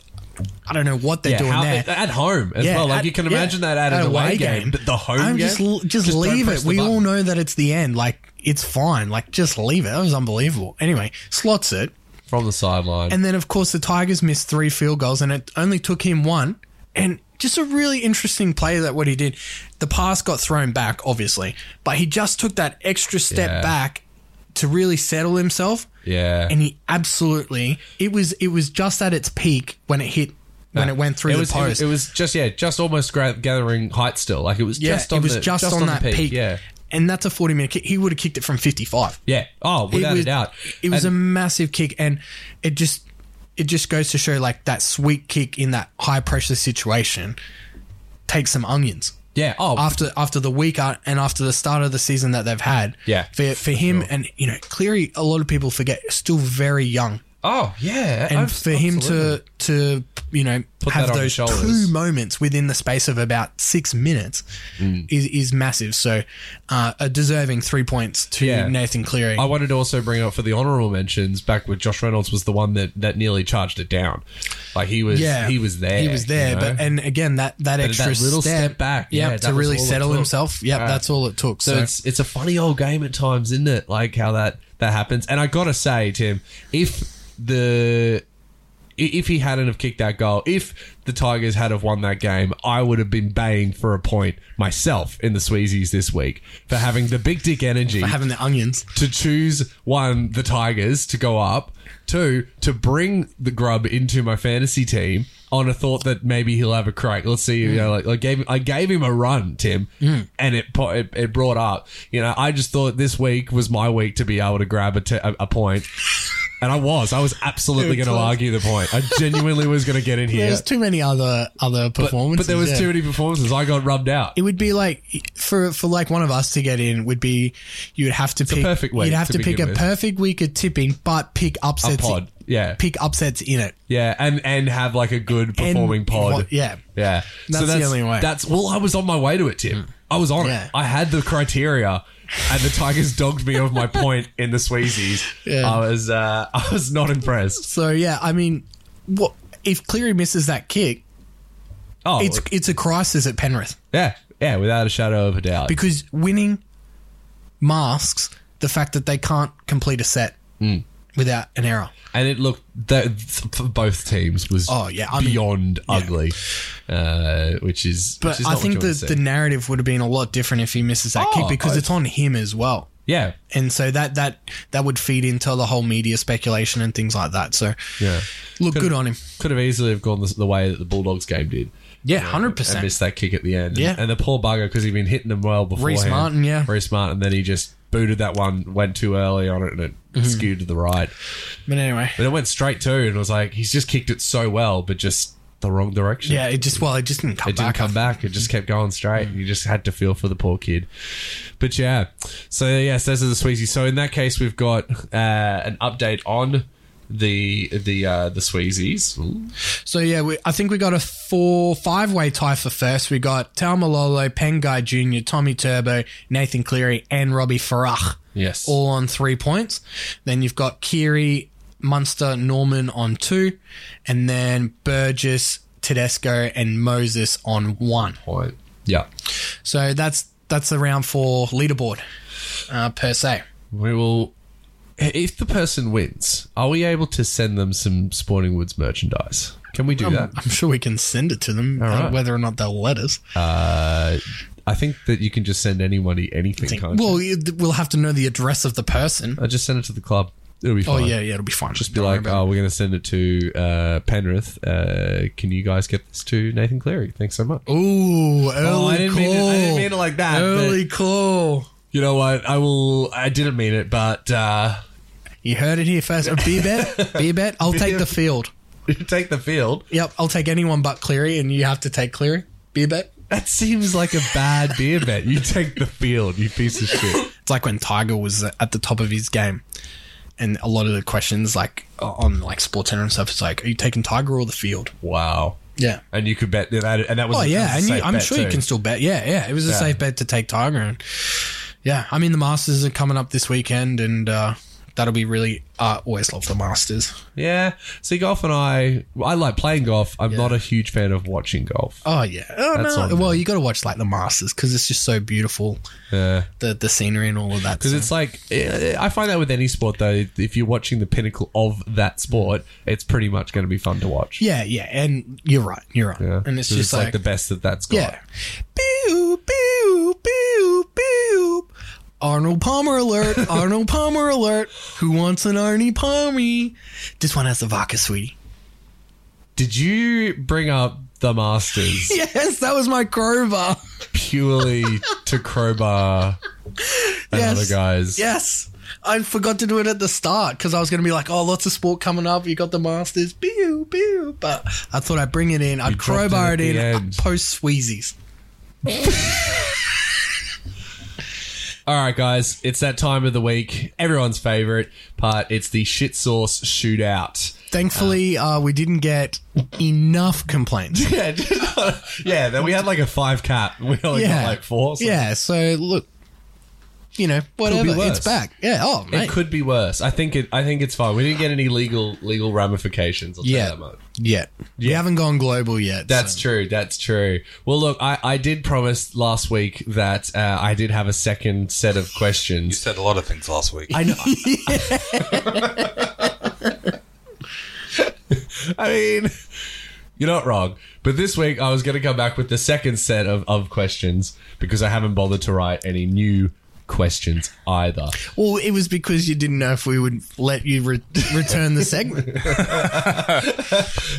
I don't know what they're Yeah, doing how- there. at home as Yeah, well. Like at- you can yeah, imagine that at an away, game, but the home I'm game. Just, l- just, don't leave press it. the We button. all know that it's the end. Like it's fine. Like just leave it. That was unbelievable. Anyway, slots it, from the sideline. and then of course the Tigers missed three field goals, and it only took him one. And just a really interesting play that what he did. The pass got thrown back, obviously, but he just took that extra step Yeah. back to really settle himself. yeah, And he absolutely it was it was just at its peak when it hit when it went through Ah. it the was, post. It was, it was just yeah, just almost gra- gathering height still. Like it was Yeah, just on it was the, just, on, the that peak. Yeah, And that's a 40 minute kick. He would have kicked it from 55. yeah. Oh, without it was, a doubt, It was And- a massive kick and it just it just goes to show like that sweet kick in that high pressure situation takes some onions. yeah. Oh, After after the week out and after the start of the season that they've had. Yeah, For for him and you know, Cleary a lot of people forget still very young. oh, yeah. And Abs- for him absolutely. to to you know Put have that on those his shoulders. two moments within the space of about six minutes Mm. is, is massive. So uh, a deserving three points to Yeah. Nathan Cleary. I wanted to also bring up for the honorable mentions back with Josh Reynolds was the one that, that nearly charged it down. Like he was, yeah, he was there. He was there, you know? but and again that that that extra little step, step back, yep, yeah, that to was really all it settle took. himself. Yep, that's all it took. So So, it's it's a funny old game at times, isn't it? Like how that that happens. And I gotta say, Tim, if the i- if he hadn't have kicked that goal, if the Tigers had have won that game, I would have been baying for a point myself in the Sweezies this week for having the big dick energy having the onions. to choose one the Tigers to go up, two to bring the grub into my fantasy team on a thought that maybe he'll have a crack. Let's see, you know, like I gave I gave him a run, Tim, Mm-hmm. and it, po- it it brought up. You know, I just thought this week was my week to be able to grab a, t- a, a point. And I was, I was <laughs> absolutely It going to was. argue the point. I genuinely was going to get in here, There's too many other other but, performances. but there was yeah. too many performances. I got rubbed out. It would be like for for like one of us to get in would be you would have to pick perfect week you'd have to to, pick a begin with. perfect week of tipping, but pick A upsets. pod, yeah, Pick upsets in it. yeah, and and have like a good performing And- pod, Yeah. Yeah, That's the only way. That's well, I was on my way to it, Tim. I was on Yeah. it. I had the criteria, and the Tigers dogged me of my point in the Sweezies. Yeah. I was, uh, <laughs> I was not impressed. So yeah, I mean, what if Cleary misses that kick? Oh, It's it's a crisis at Penrith yeah, yeah, without a shadow of a doubt. because winning masks the fact that they can't complete a set Hmm. without an error. and it looked that for both teams was Oh, yeah, I mean- beyond ugly, uh, which is which But is I not what you think the want to the see. narrative would have been a lot different if he misses that Oh, kick because I- it's on him as well. yeah and so that that that would feed into the whole media speculation and things like that. So yeah look Could- good on him. could have easily have gone the, the way that the Bulldogs game did. Yeah, hundred and percent. missed that kick at the end. Yeah. And, the poor bugger, because he'd been hitting them well before. Martin, yeah. Reese Martin, then he just booted that one, went too early on it, and it Mm-hmm. skewed to the right. But anyway, But it went straight to, and it was like, he's just kicked it so well, but just the wrong direction. yeah, it just well, it just didn't come It didn't back. Mm. come back. It just kept going straight. You just had to feel for the poor kid. But yeah. So, yes, those are the Sweezies. So, in that case, we've got uh, an update on the the uh, the Sweezies. Ooh. So yeah, we, I think we got a four five way tie for first. We got Tal Malolo, Pengai Jr., Tommy Turbo, Nathan Cleary, and Robbie Farah. Yes. all on three points. Then you've got Kiri, Munster, Norman on two, and then Burgess, Tedesco, and Moses on one. Point. Yeah. So that's that's the round four leaderboard uh, per se. We will. If the person wins, are we able to send them some Sporting Woods merchandise? Can we do that? I'm sure we can send it to them, uh, right. whether or not they'll let us. I think that you can just send anybody anything. Think- can't you? well, it- we'll have to know the address of the person. I just send it to the club. It'll be Oh fine. yeah, yeah, it'll be fine. Just be like, oh, we're going to send it to uh, Penrith. Uh, can you guys get this to Nathan Cleary? Thanks so much. ooh, early Oh, I didn't call, mean it- I didn't mean it like that, Early call. You know what? I will. I didn't mean it, but uh, <laughs> You heard it here first. B bet, B bet. I'll take the field. take the field. Yep, I'll take anyone but Cleary, and you have to take Cleary. Be a bet. That seems like a bad beer bet. You take the field, you piece of shit. It's like when Tiger was at the top of his game, and uh, a lot of the questions like on like Sports Center and stuff. It's like, are you taking Tiger or the field? Wow. Yeah. and you could bet that, and that was Oh that yeah, was and a you, safe I'm bet sure you too. can still bet. Yeah, yeah, it was a Yeah. safe bet to take Tiger, and yeah, I mean the Masters are coming up this weekend, and uh, that'll be really. I always love the Masters. Yeah. See, golf and I, I like playing golf. I'm not a huge fan of watching golf. Oh yeah, oh, That's no. on well you got to watch like the Masters because it's just so beautiful, Yeah. the the scenery and all of that. Because it's like, eh, I find that with any sport, though, if you're watching the pinnacle of that sport, it's pretty much going to be fun to watch. yeah, yeah, and you're right, you're right, Yeah. and it's 'Cause just like, the best that that's got. yeah, pew pew pew pew. Arnold Palmer <laughs> alert! Arnold Palmer alert! Who wants an Arnie Palmy? This one has the vodka, sweetie. Did you bring up the <laughs> Masters Yes, that was my crowbar. purely to crowbar another Yes. guy's? Yes. I forgot to do it at the start because I was going to be like, oh, lots of sport coming up. You got the Masters. Pew, pew. But I thought I'd bring it in. I'd dropped it crowbar at it, the in. end. I'd post Sweezies. All right, guys, it's that time of the week. Everyone's favorite part. It's the shit sauce shootout. Thankfully, uh, we didn't get enough complaints. Yeah, <laughs> yeah. Then we had like a five cap. <laughs> We only yeah. got like four. so Yeah. So look, you know, whatever. worse. It's back. Yeah. Oh, It mate. could be worse. I think it. I think it's fine. We didn't get any legal legal ramifications. I'll tell you Yeah. that much. Yet. We haven't gone global yet. That's so- true. That's true. Well, look, I, I did promise last week that uh, I did have a second set of You <laughs> questions. said a lot of things last week. I know. <laughs> I mean, you're not wrong. But this week, I was going to come back with the second set of, of questions because I haven't bothered to write any new questions either. Well, it was because you didn't know if we would let you re- return the segment.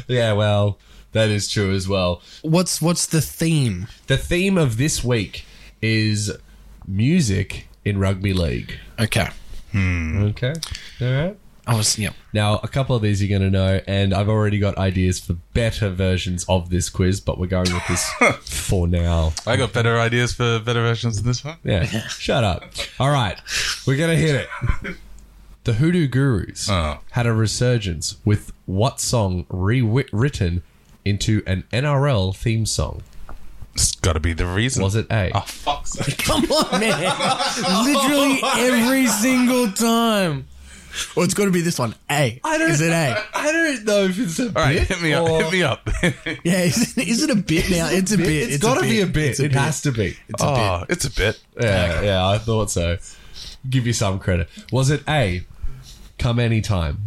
Yeah, well, that is true as well. What's what's the theme? The theme of this week is music in rugby league. Okay. Okay. All right. I was yeah. <laughs> Now, a couple of these you're going to know, and I've already got ideas for better versions of this quiz, but we're going with <laughs> this for now. I got better ideas for better versions of this one. Yeah, shut up. All right, we're going to hit it. The Hoodoo Gurus Oh. had a resurgence with what song rewritten into an NRL theme song? It's got to be the reason. Was it A? Oh, fuck's sake. Come on, man. <laughs> Literally every single time. Well, it's got to be this one. A. I don't- Is it A? I don't know if it's a All right, hit me up. Hit me up. <laughs> Yeah. Is it, is it a bit now? It's a bit. it's got to be a bit. It's it has to be. It's a oh, it's a bit. Yeah, yeah, I thought so. Give you some credit. Was it A, come anytime?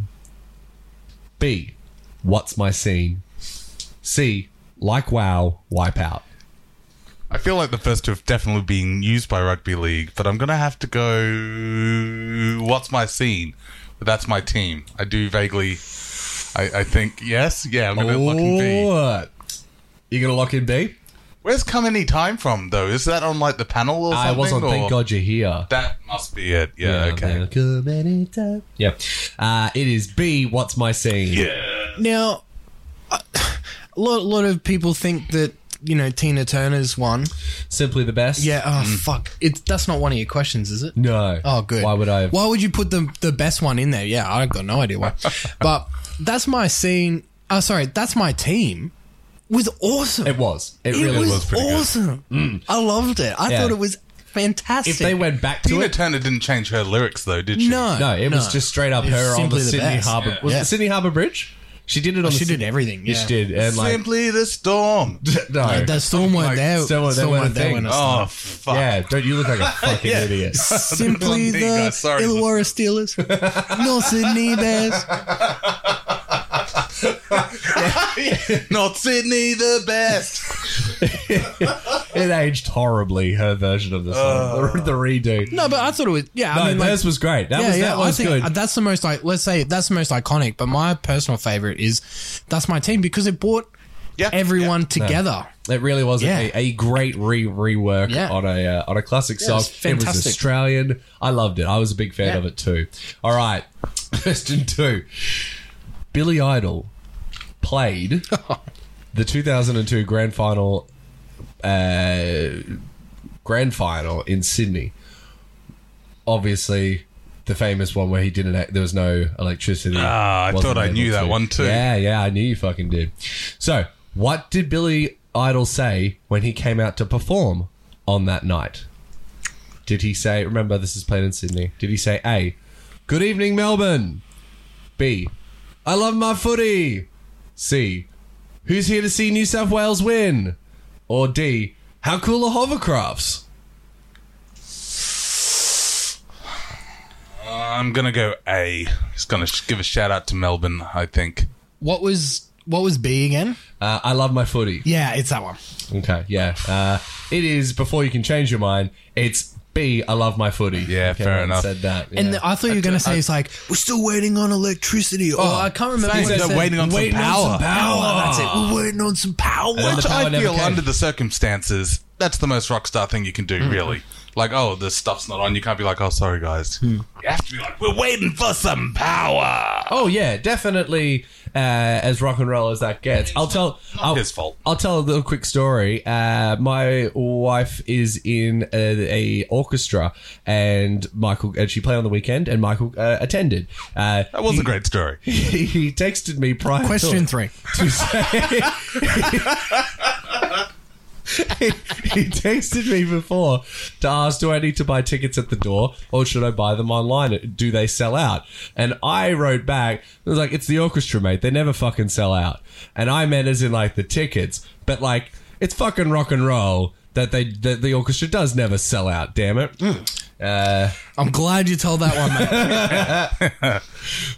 B, what's my scene? C, like wow, wipe out. I feel like the first two have definitely been used by rugby league, but I'm gonna have to go. What's my scene? But that's my team. I do vaguely. I, I think yes. Yeah, I'm Oh. gonna lock in B. What? You gonna lock in B? Where's come any time from though? Is that on like the panel or something? I was on or- Thank God You're Here. That must be it. Yeah. okay. man. Come anytime. Yeah. Uh, it is B, what's my scene? Yeah. Now, a <sighs> lot, lot of people think that you know Tina Turner's one. Simply the best? Yeah. Oh fuck. It's that's not one of your questions, is it? Mm. No. Oh, good. Why would I have? Why would you put the the best one in there? Yeah, I got no idea <laughs> why. but that's my scene. Oh, sorry, that's my team. Was awesome. It was. It, really was, was. Mm. pretty good. awesome. I loved it. I Yeah. thought it was fantastic. If they went back to Tina it, Turner didn't change her lyrics though, did she? no, No, it was just straight up It was her on the, simply the Sydney best. Harbour. Yeah. Was Yeah. it Sydney Harbour Bridge? She did it on the. Oh, she Syd- did everything. Yeah, yeah. She did, and like Simply the storm. <laughs> no. The storm weren't there. Storm weren't- they weren't a weren't there thing. when I <laughs> Oh started. fuck. yeah, don't you look like a <laughs> fucking idiot? Simply There you go. the Sorry, Illawarra <laughs> Steelers, North Sydney Bears. Not Sydney the best. It aged horribly. Her version of the song, the, the redo. Uh. No, but I thought it was yeah. No, I mean, like, theirs was great. That was that was I think uh, good. That's the most like let's say that's the most iconic. But my personal favorite is that's my team because it brought Yeah, everyone together. it really was Yeah. a, a great re rework Yeah. on a uh, on a classic song. was fantastic. Australian. I loved it. I was a big fan Yeah. of it too. All right, <laughs> question two. Billy Idol played the 2002 Grand Final uh, Grand Final in Sydney. Obviously, the famous one where he didn't. act- There was no electricity. Ah, I Wasn't thought I able knew to. that one too. Yeah, yeah, I knew you fucking did. So, What did Billy Idol say when he came out to perform on that night? Did he say, remember, this is played in Sydney? Did he say, A, good evening, Melbourne? B, I love my footy? C, who's here to see New South Wales win? Or D, how cool are hovercrafts? I'm gonna go A. Just gonna sh- give a shout out to Melbourne. I think. What was what was B again? Uh, I love my footy. Yeah, it's that one. Okay, yeah. Uh, it is, before you can change your mind, it's B, I love my footy. Yeah, Okay, fair I enough. Said that. yeah. And the, I thought you were going to say it's like we're still waiting on electricity, or I can't remember. Same, What it they're said. Ah. waiting on some waiting uh, power. On some power. That's it. We're waiting on some power. then Which the power I never feel came. under the circumstances, that's the most rock star thing you can do, Mm. really. Like, oh, the stuff's not on. You can't be like, oh, sorry, guys. Hmm. You have to be like, we're waiting for some power. Oh yeah, definitely uh, as rock and roll as that gets. I'll tell. I'll, his fault. I'll tell a little quick story. Uh, my wife is in a, a orchestra, and Michael and she played on the weekend, and Michael uh, attended. Uh, That was he, a great story. He, <laughs> he texted me prior. Question to, three. to say. <laughs> he he texted me before to ask, do I need to buy tickets at the door or should I buy them online? Do they sell out? And I wrote back, I was like, it's the orchestra, mate. They never fucking sell out. And I meant as in like the tickets, but like it's fucking rock and roll that they that the orchestra does never sell out. Damn it, uh, I'm glad you told that one. Mate.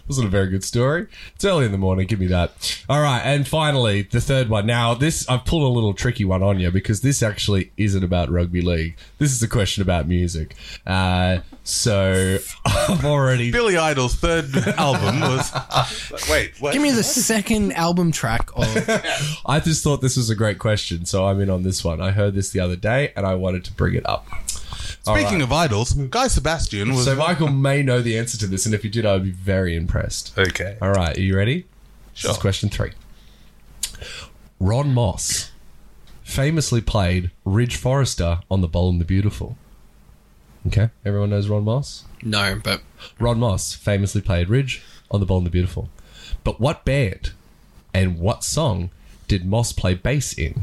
wasn't a very good story. It's early in the morning. Give me that. All right, and finally the third one. Now this I've pulled a little tricky one on you because this actually isn't about rugby league. This is a question about music. Uh, so <laughs> I've already Billy <laughs> Idol's third album was. Wait, what? Give me the second album track <laughs> of I just thought this was a great question, so I'm in on this one. I heard this the other day and I wanted to bring it up. Speaking of idols, Guy Sebastian was. So Michael may know the answer to this, and if you did, I would be very impressed. okay. All right, are you ready? This is Sure. question three. Ron Moss famously played Ridge Forrester on The Bold and the Beautiful. Okay, everyone knows Ron Moss? no, but Ron Moss famously played Ridge on The Bold and the Beautiful. But what band and what song did Moss play bass in?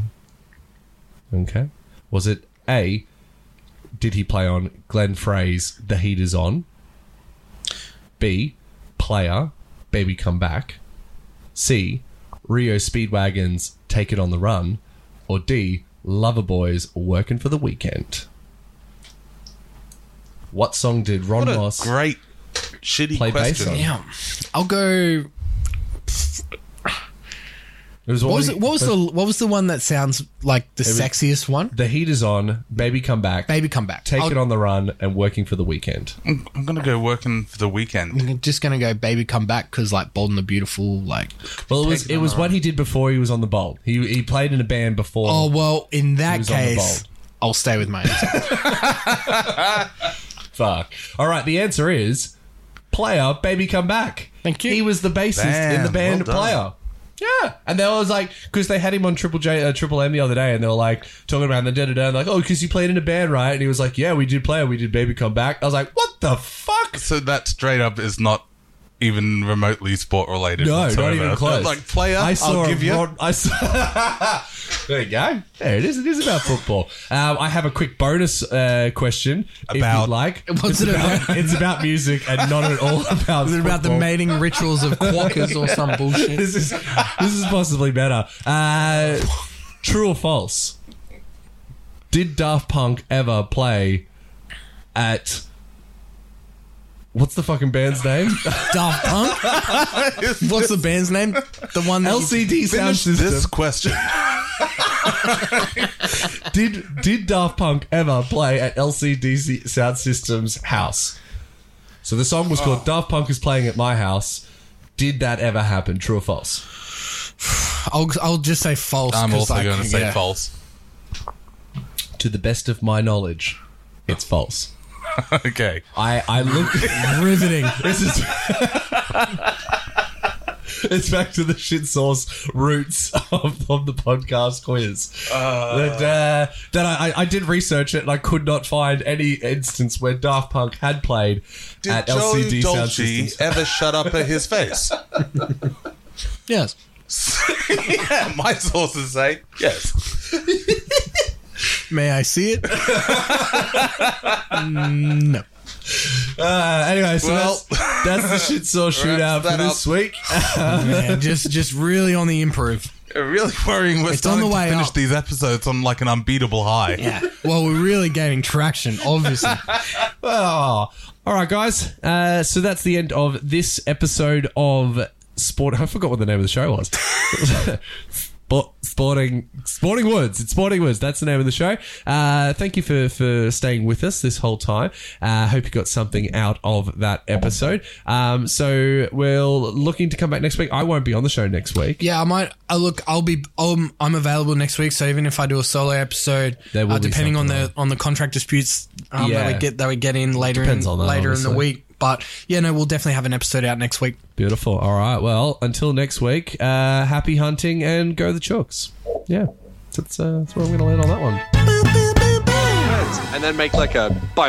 Okay. Was it A, did he play on Glenn Frey's The Heat Is On? B, Player, Baby Come Back? C, Rio Speedwagon's Take It On The Run? Or D, Loverboy's Working For The Weekend? What song did Ron What a Moss... great, shitty Play bass question. on. damn. I'll go. It was What was it? What was the what was the one that sounds like the sexiest one? The heat is on. Baby, come back. Baby, come back. Take I'll- it on the run and working for the weekend. I'm going to go working for the weekend. I'm just gonna go, baby, come back, because like Bold and the Beautiful, like. Well, it was it was what he did before he was on the bowl. He he played in a band before. Oh well, in that was on the case, Bold. I'll stay with <laughs> my answer. fuck! All right, the answer is player. Baby, come back. Thank you. He was the bassist in Damn, the band well player. done. Yeah, and they was like, because they had him on Triple J, uh, Triple M the other day, and they were like talking about the da da da, like, oh, because you played in a band, right? And he was like, yeah, we did play, we did Baby Come Back. I was like, what the fuck? So that straight up is not even remotely sport related. No, whatsoever. not even close. Like player, I I saw will a give you. Rod- I saw. <laughs> there you go. There it is. It is about football. Um, I have a quick bonus uh, question if you'd About- like. What's it about? it's about music and not at all about. Is it about the football. mating rituals of quackers or some <laughs> bullshit? This is this is possibly better. Uh, true or false? Did Daft Punk ever play at? What's the fucking band's name? Daft Punk. <laughs> What's the band's name? The one that you- LCD Sound Finish System. this question. did did Daft Punk ever play at LCDC Sound System's house? So the song was called "Daft Punk is playing at my house." Did that ever happen? True or false? I'll, I'll just say false. I'm 'cause, also like, going to say yeah. false. <laughs> To the best of my knowledge, it's false. Okay. I I <laughs> look. Riveting. this is. <laughs> It's back to the shit source roots of, of the podcast quiz. that uh, that I, I- I did research it and I could not find any instance where Daft Punk had played at Joe LCD Sound Dolce Systems. ever shut up at his face? Yes. <laughs> yeah, my sources say yes. May I see <laughs> it? no. Uh, anyway, so Well- that's, that's the <laughs> shit saw shootout Wraps for that this week. Man, just just really on the improve. Really worrying. We're It's on the way starting to finish up. these episodes on like an unbeatable high. Well, we're really gaining traction, obviously. Oh. All right, guys. Uh, so that's the end of this episode of Sport. <laughs> I forgot what the name of the show was. <laughs> Sport, sporting, sporting words. It's sporting words. That's the name of the show. Uh, thank you for for staying with us this whole time. Uh, hope you got something out of that episode. Um, so we're looking to come back next week. I won't be on the show next week. Yeah, I might. I look, I'll be. Um, I'm available next week, so even if I do a solo episode, There will uh, be depending on something the on the contract disputes um, that Yeah. we get that we get in later Depends in, on that, later in obviously. the week. But yeah, no, we'll definitely have an episode out next week. Beautiful. All right. Well, until next week. Uh, happy hunting and go the chooks. Yeah, that's uh, that's where I'm going to land on that one. And then make like a.